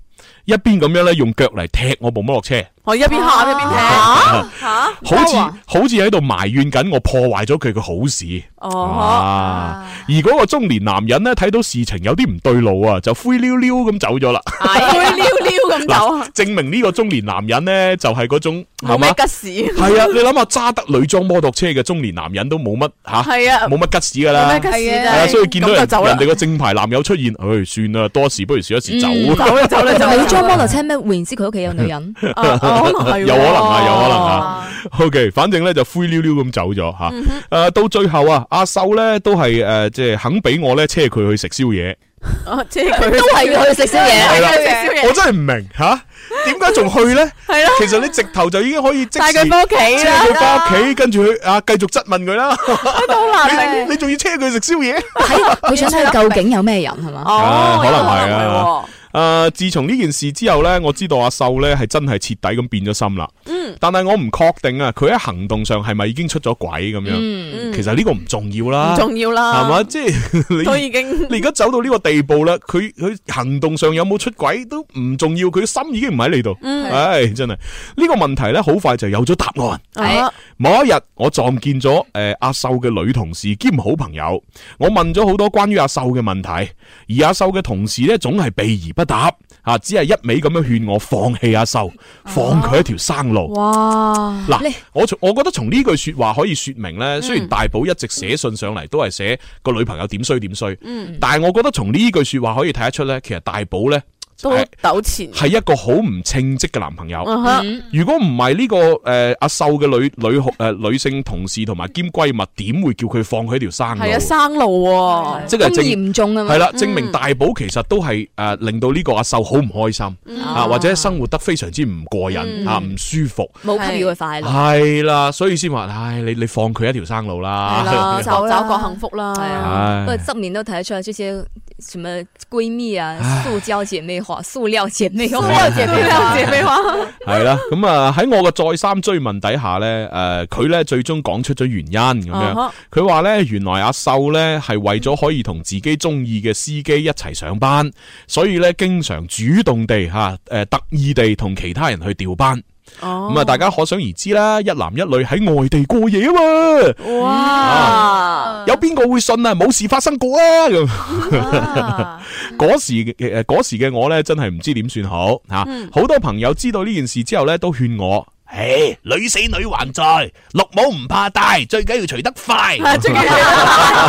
一邊咁樣咧用腳嚟踢我部摩托車，我一邊喊一邊啊聽，吓，好啊似好似喺度埋怨緊我破壞咗佢嘅好事。哦啊！而嗰個中年男人咧睇到事情有啲唔對路啊，就灰溜溜咁走 咗啦。呵，灰溜溜咁走啊嗱，，證明呢個中年男人咧就係嗰種係冇咩嘛？吉事，係啊，你諗下揸得女裝摩托車嘅中年男人都冇乜吓，係啊冇乜吉事噶啦，冇乜吉係事真係啊，所以見到咁人就走啦人哋個正牌男友出現，唉，算啦，多一事不如少一事，走啊嗯女裝摩托車咩？換言之，佢屋企有女人。有可能係喎有可能啊。OK，反正咧就灰溜溜咁走咗吓。嗯誒、到最後啊，阿秀咧都係誒，呃即、係肯俾我咧車佢去食宵夜。哦即係佢都係要去食宵夜係啦食宵 夜，我真係唔明吓，點解仲去咧？係咯其實你直頭就已經可以即時帶佢返屋企啦車佢翻屋企，跟住去啊繼續質問佢啦。 都難明你你仲要車佢食宵 夜？佢想睇下究竟有咩人係嘛？啊可能係啊。诶、自從呢件事之後咧，我知道阿秀咧係真係徹底咁變咗心啦。嗯嗯但係我唔確定啊，佢喺行動上係咪已經出咗軌咁嗯樣？其實呢個唔重要啦，唔重要啦係嘛？即係你都已經 你而家走到呢個地步啦，佢佢行動上有冇出軌都唔重要，佢心已經唔喺你度。嗯唉，真係呢個問題呢，好快就有咗答案。啊某一日，我撞見咗诶阿秀嘅女同事兼好朋友，我問咗好多關於阿秀嘅問題，而阿秀嘅同事呢，總係避而不答，啊，只係一味咁樣勸我放棄阿秀，放佢一條生路。哇！嗱，我從我覺得從呢句説話可以説明呢，雖然大寶一直寫信上嚟都係寫個女朋友點衰點衰，嗯但係我覺得從呢句説話可以睇得出呢，其實大寶呢。都係糾纏。係一個好唔稱職嘅男朋友嗯哼。如果唔係呢個诶阿秀嘅女女诶女性同事同埋兼閨蜜，點會叫佢放佢條生係啊，路？生路喎，即係證嚴重啊嘛係啦，嗯證明大寶其實都係诶令到呢個阿秀好唔開心嗯啊，或者生活得非常之唔過嗯癮啊，唔舒服。冇給予佢快樂。係啦，所以先話，唉，你你放佢一條生路啦。 走走過幸福啦。唉哎不过侧面都睇得出来，这些什么闺蜜啊、塑胶姐妹花、塑料姐妹花、塑料姐妹花塑料姐妹花係啦，咁啊喺我嘅再三追問底下咧，诶、佢咧最終講出咗原因咁啊樣。哈佢話咧，原來阿秀咧係為咗可以同自己中意嘅司機一齊上班，所以咧經常主動地吓诶、誒特意地同其他人去調班。哦咁啊，大家可想而知啦，一男一女喺外地過夜啊喎。哇！有邊個會信啊？冇事發生過啊！咁 嗰時嘅呃嗰時嘅我呢，真係唔知點算好吓。嗯好多朋友知道呢件事之後呢，都勸我：，唉，女死女還在，綠帽唔怕戴，最緊要除得快。最哦 緊啊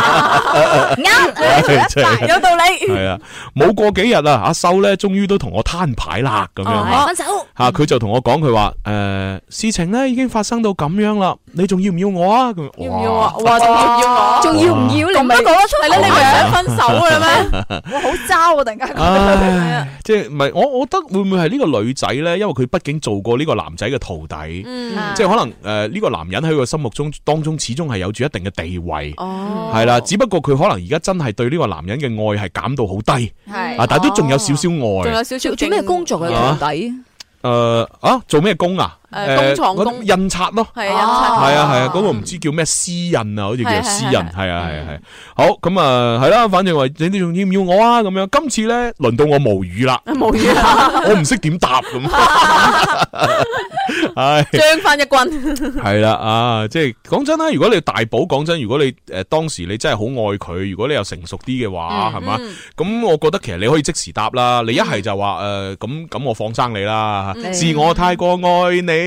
哎嗯 啱有道理系啊，冇過幾日啊，阿秀呢，終於都同我攤牌啦，哦咁樣。分手。吓，佢就同我講，佢話：诶，事情呢已經發生到咁樣啦，你仲要唔要我啊？咁要要啊！哇！仲要唔要我？仲要唔要你咪咁都講得出係咯啦你你咪咪想想分手嘅啦咩？我好渣啊喎！突然間覺得，唉，即系唔系我，我覺得會唔會係呢個女仔咧？因為佢畢竟做過呢個男仔嘅徒弟，啊嗯即係可能诶呢、個男人喺佢心目中當中始終係有住一定嘅地位，哦係啦、只不過佢可能而家真係對呢個男人嘅愛係減到好低，係哦啊，但係都仲有少少愛。少少做咩工作嘅啊徒弟？诶、啊，做咩工啊？誒誒工廠嗰啲工印刷咯，係印刷工係啊係啊，嗰、個唔知叫咩私印啊，好似叫哦係係私印，係啊係啊係。好咁啊，係啦，反正話你哋仲要唔要我啊？咁樣，今次咧輪到我無語啦，無語啦我唔識點答咁， 唉。將翻一棍。系啦啊，即係講真啦，如果你大寶講真，如果你诶、呃、当时你真係好愛佢，如果你又成熟啲嘅話，嗯係嘛、咁我覺得其實你可以即時答啦。你一係就話诶咁咁，我放生你啦，嗯是我太過愛你，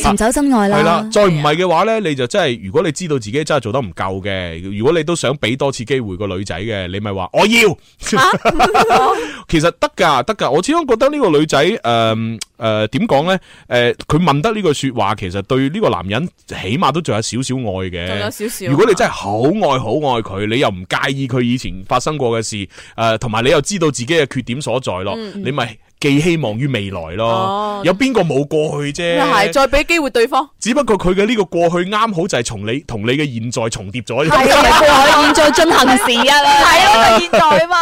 寻找真愛系啦啊啊啦，。再唔係嘅話呢，你就真係如果你知道自己真係做得唔夠嘅，如果你都想俾多次機會個女仔嘅，你咪話我 要。啊 其實得㗎，得㗎。我始終覺得呢個女仔诶诶点讲咧？诶、佢問得呢句说話，其實對呢個男人起碼都仲有少少愛嘅。仲有少少如果你真係好愛好愛佢，你又唔介意佢以前發生過嘅事，诶、同埋你又知道自己嘅缺點所在咯，嗯你咪寄希望於未來咯。哦有邊個冇過去啫？係，再俾機會對方。只不過佢嘅呢個過去啱好就係從你同你嘅現在重疊咗。啊啊過去現在進行時啊，係啊，現代嘛。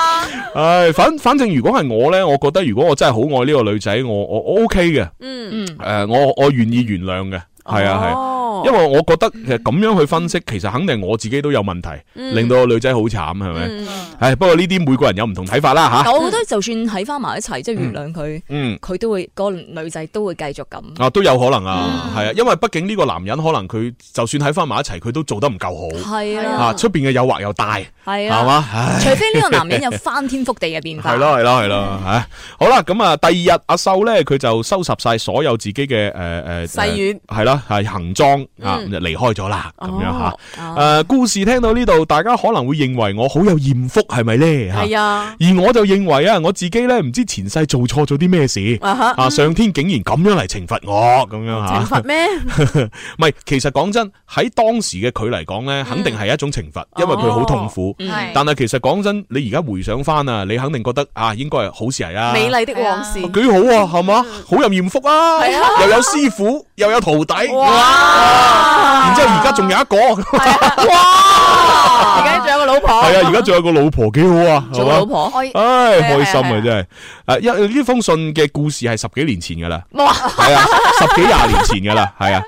唉，反反正如果係我呢，我覺得如果我真係好愛呢個女仔，我我我 OK 嘅，嗯诶、我我愿意原諒嘅，嗯係啊係。哦因為我覺得其實咁樣去分析，其實肯定我自己都有問題，嗯令到個女仔好慘，係咪？嗯唉，不過呢啲每個人有唔同睇法啦吓。但我覺得就算喺翻埋一齊，即係原諒佢，嗯佢都會個女仔都會繼續咁。啊都有可能嗯啊，係啊，因為畢竟呢個男人可能佢就算喺翻埋一齊，佢都做得唔夠好，係啊啊出邊嘅誘惑又大，係係啊嘛，唉除非呢個男人有翻天覆地嘅 變系化。咯系咯系咯，嗯吓好啦，咁啊，第二日阿秀咧，佢就收拾晒所有自己嘅呃诶诶細軟系啦系行裝啊，嗯就離開咗啦，咁樣哦吓。诶，故事聽到呢度，大家可能會認為我好有艳福，係咪咧？嚇係啊。而我就認為啊，我自己咧唔知前世做錯咗啲咩事啊哈啊，上天竟然咁樣嚟懲罰我，咁樣吓。哦懲罰咩？唔係，其實講真，喺當時嘅佢嚟講呢，肯定係一種懲罰，因為佢好痛苦。嗯但係其實講真，你而家回想翻啊，你肯定覺得啊，應該係好事嚟啊，美麗的往事。幾好啊，係嘛，好有艷福啊，係啊又有師傅，又有徒弟，哇！然之後而家仲有一個，係啊 而家仲有個老婆，啊，而家仲有個老婆幾好啊，做係嘛老婆我唉，係啊開心係啊啊真係！誒，因呢封信嘅故事係十幾年前噶啦，哇係啊，十幾廿年前噶啦，係啊。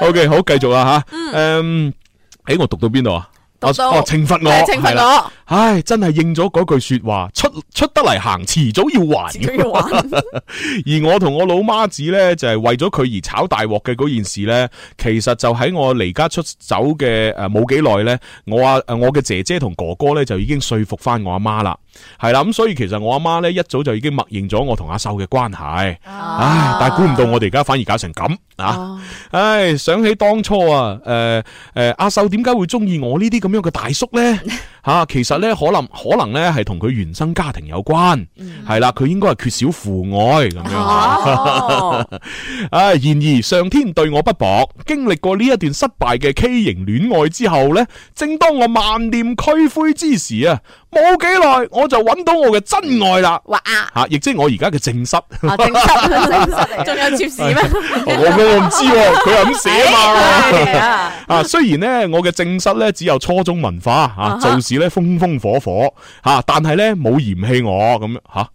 OK，好，繼續啊吓，誒，誒，我讀到邊度啊？嗯讀到哦，懲罰我，係懲罰我係啦唉，真係應咗嗰句說話，出出得嚟行，遲早要還。遲早要還 而我同我老媽子呢，就係、為咗佢而炒大鑊嘅嗰件事呢，其實就喺我離家出走嘅誒冇幾耐呢，我啊呃我嘅姐姐同哥哥呢，就已經說服翻我阿媽啦，係啦，咁所以其實我阿媽呢，一早就已經默認咗我同阿秀嘅關係，唉，但係估唔到我哋而家反而搞成咁啊！唉，想起當初啊，誒、誒、阿秀點解會中意我呢啲咁樣嘅大叔呢？吓、其實呢，可能可能呢係同佢原生家庭有關，係啦、佢應該係缺少父愛咁樣。 哦啊，然而上天對我不薄，經歷過呢一段失敗嘅畸形戀愛之後呢，正當我萬念俱灰之時啊，冇幾耐我就揾到我嘅真愛啦。哇！吓、亦即係我而家嘅正 室。正室正室，仲有妾侍咩？我我唔知喎，佢係咁寫 哎嘛。啊，雖然呢，我嘅正室呢只有初中文化啊，啊哈做事呢風風火火吓、啊但係呢冇嫌棄我咁樣吓。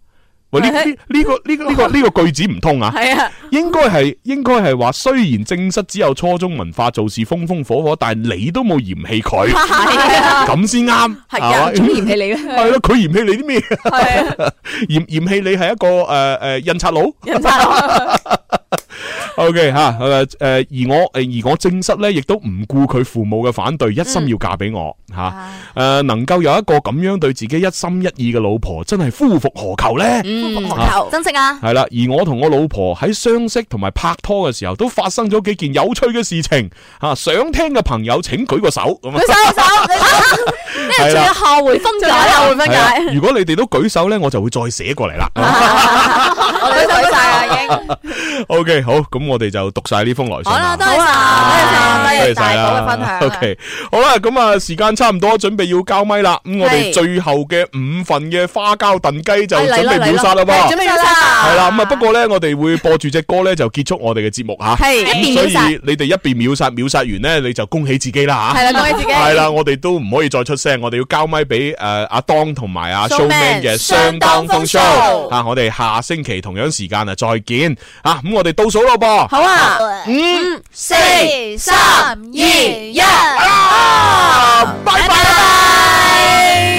喂，呢呢呢個呢個呢個呢個句子唔通啊？係啊，應該係應該係話，雖然正室只有初中文化，做事風風火火，但係你都冇嫌棄佢，係啊咁先啱，係係啊嘛仲嫌棄 你係咯，佢嫌棄你啲咩？係 嫌嫌棄你係一個誒誒印刷佬。人渣 O K 吓，誒誒，而我呃誒而我正室咧，亦都唔顧佢父母嘅反對，一心要嫁俾我吓。誒、呃能夠有一個咁樣對自己一心一意嘅老婆，真係夫復何求呢？嗯啊珍惜啊！系啦，而我同我老婆喺相識同埋拍拖嘅時候，都發生咗幾件有趣嘅事情吓、啊想聽嘅朋友請舉個手咁啊！舉手 係啦下回分解，下回分係啊解，如果你哋都舉手呢，我就會再寫過嚟啦。 啊我哋舉晒啊，已經 O K，好，咁我哋就讀晒呢封來信好啦。啦，多謝晒，多謝晒，多謝晒大寶嘅分享。啊 O K，好啦，咁啊，時間差唔多，準備要交咪啦。咁我哋係最後嘅五份嘅花膠燉雞就哎嚟準啦備秒殺啦嚟啦噃，準備秒殺啦係啦，咁啊，不過咧，我哋會播住只歌咧，就結束我哋嘅節目吓。係咁一邊秒殺所以你哋一邊秒殺，秒殺完咧，你就恭喜自己啦吓。係啦恭喜自己係啦，我哋都唔可以再出聲，我哋要交咪俾誒阿當同埋阿 Showman Showman 嘅相相當當風風 show show 啊！我哋下星期同樣時間啊，再見啊！咁我哋倒數咯噃。好啊，五、四、三、二、一，啊拜拜。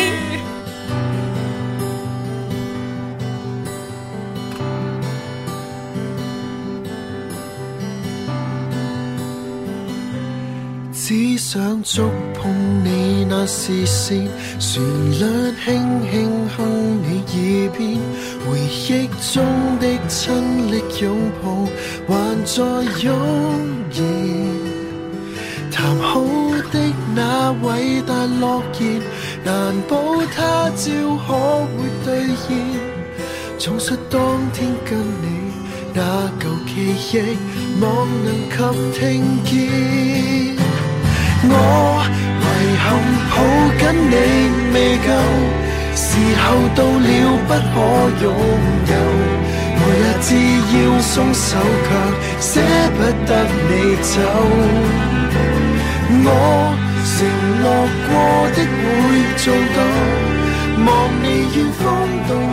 只想觸碰你那視線，旋律輕輕哼你耳邊，回憶中的親力擁抱還在湧現。談好的那偉大諾言，難保他朝可會兌現。重述當天跟你那舊記憶，望能及聽見。我遺憾抱緊你未夠，時候到了不可擁有。我也知要鬆手，卻捨不得你走。我承諾過的會做到，望你遠方到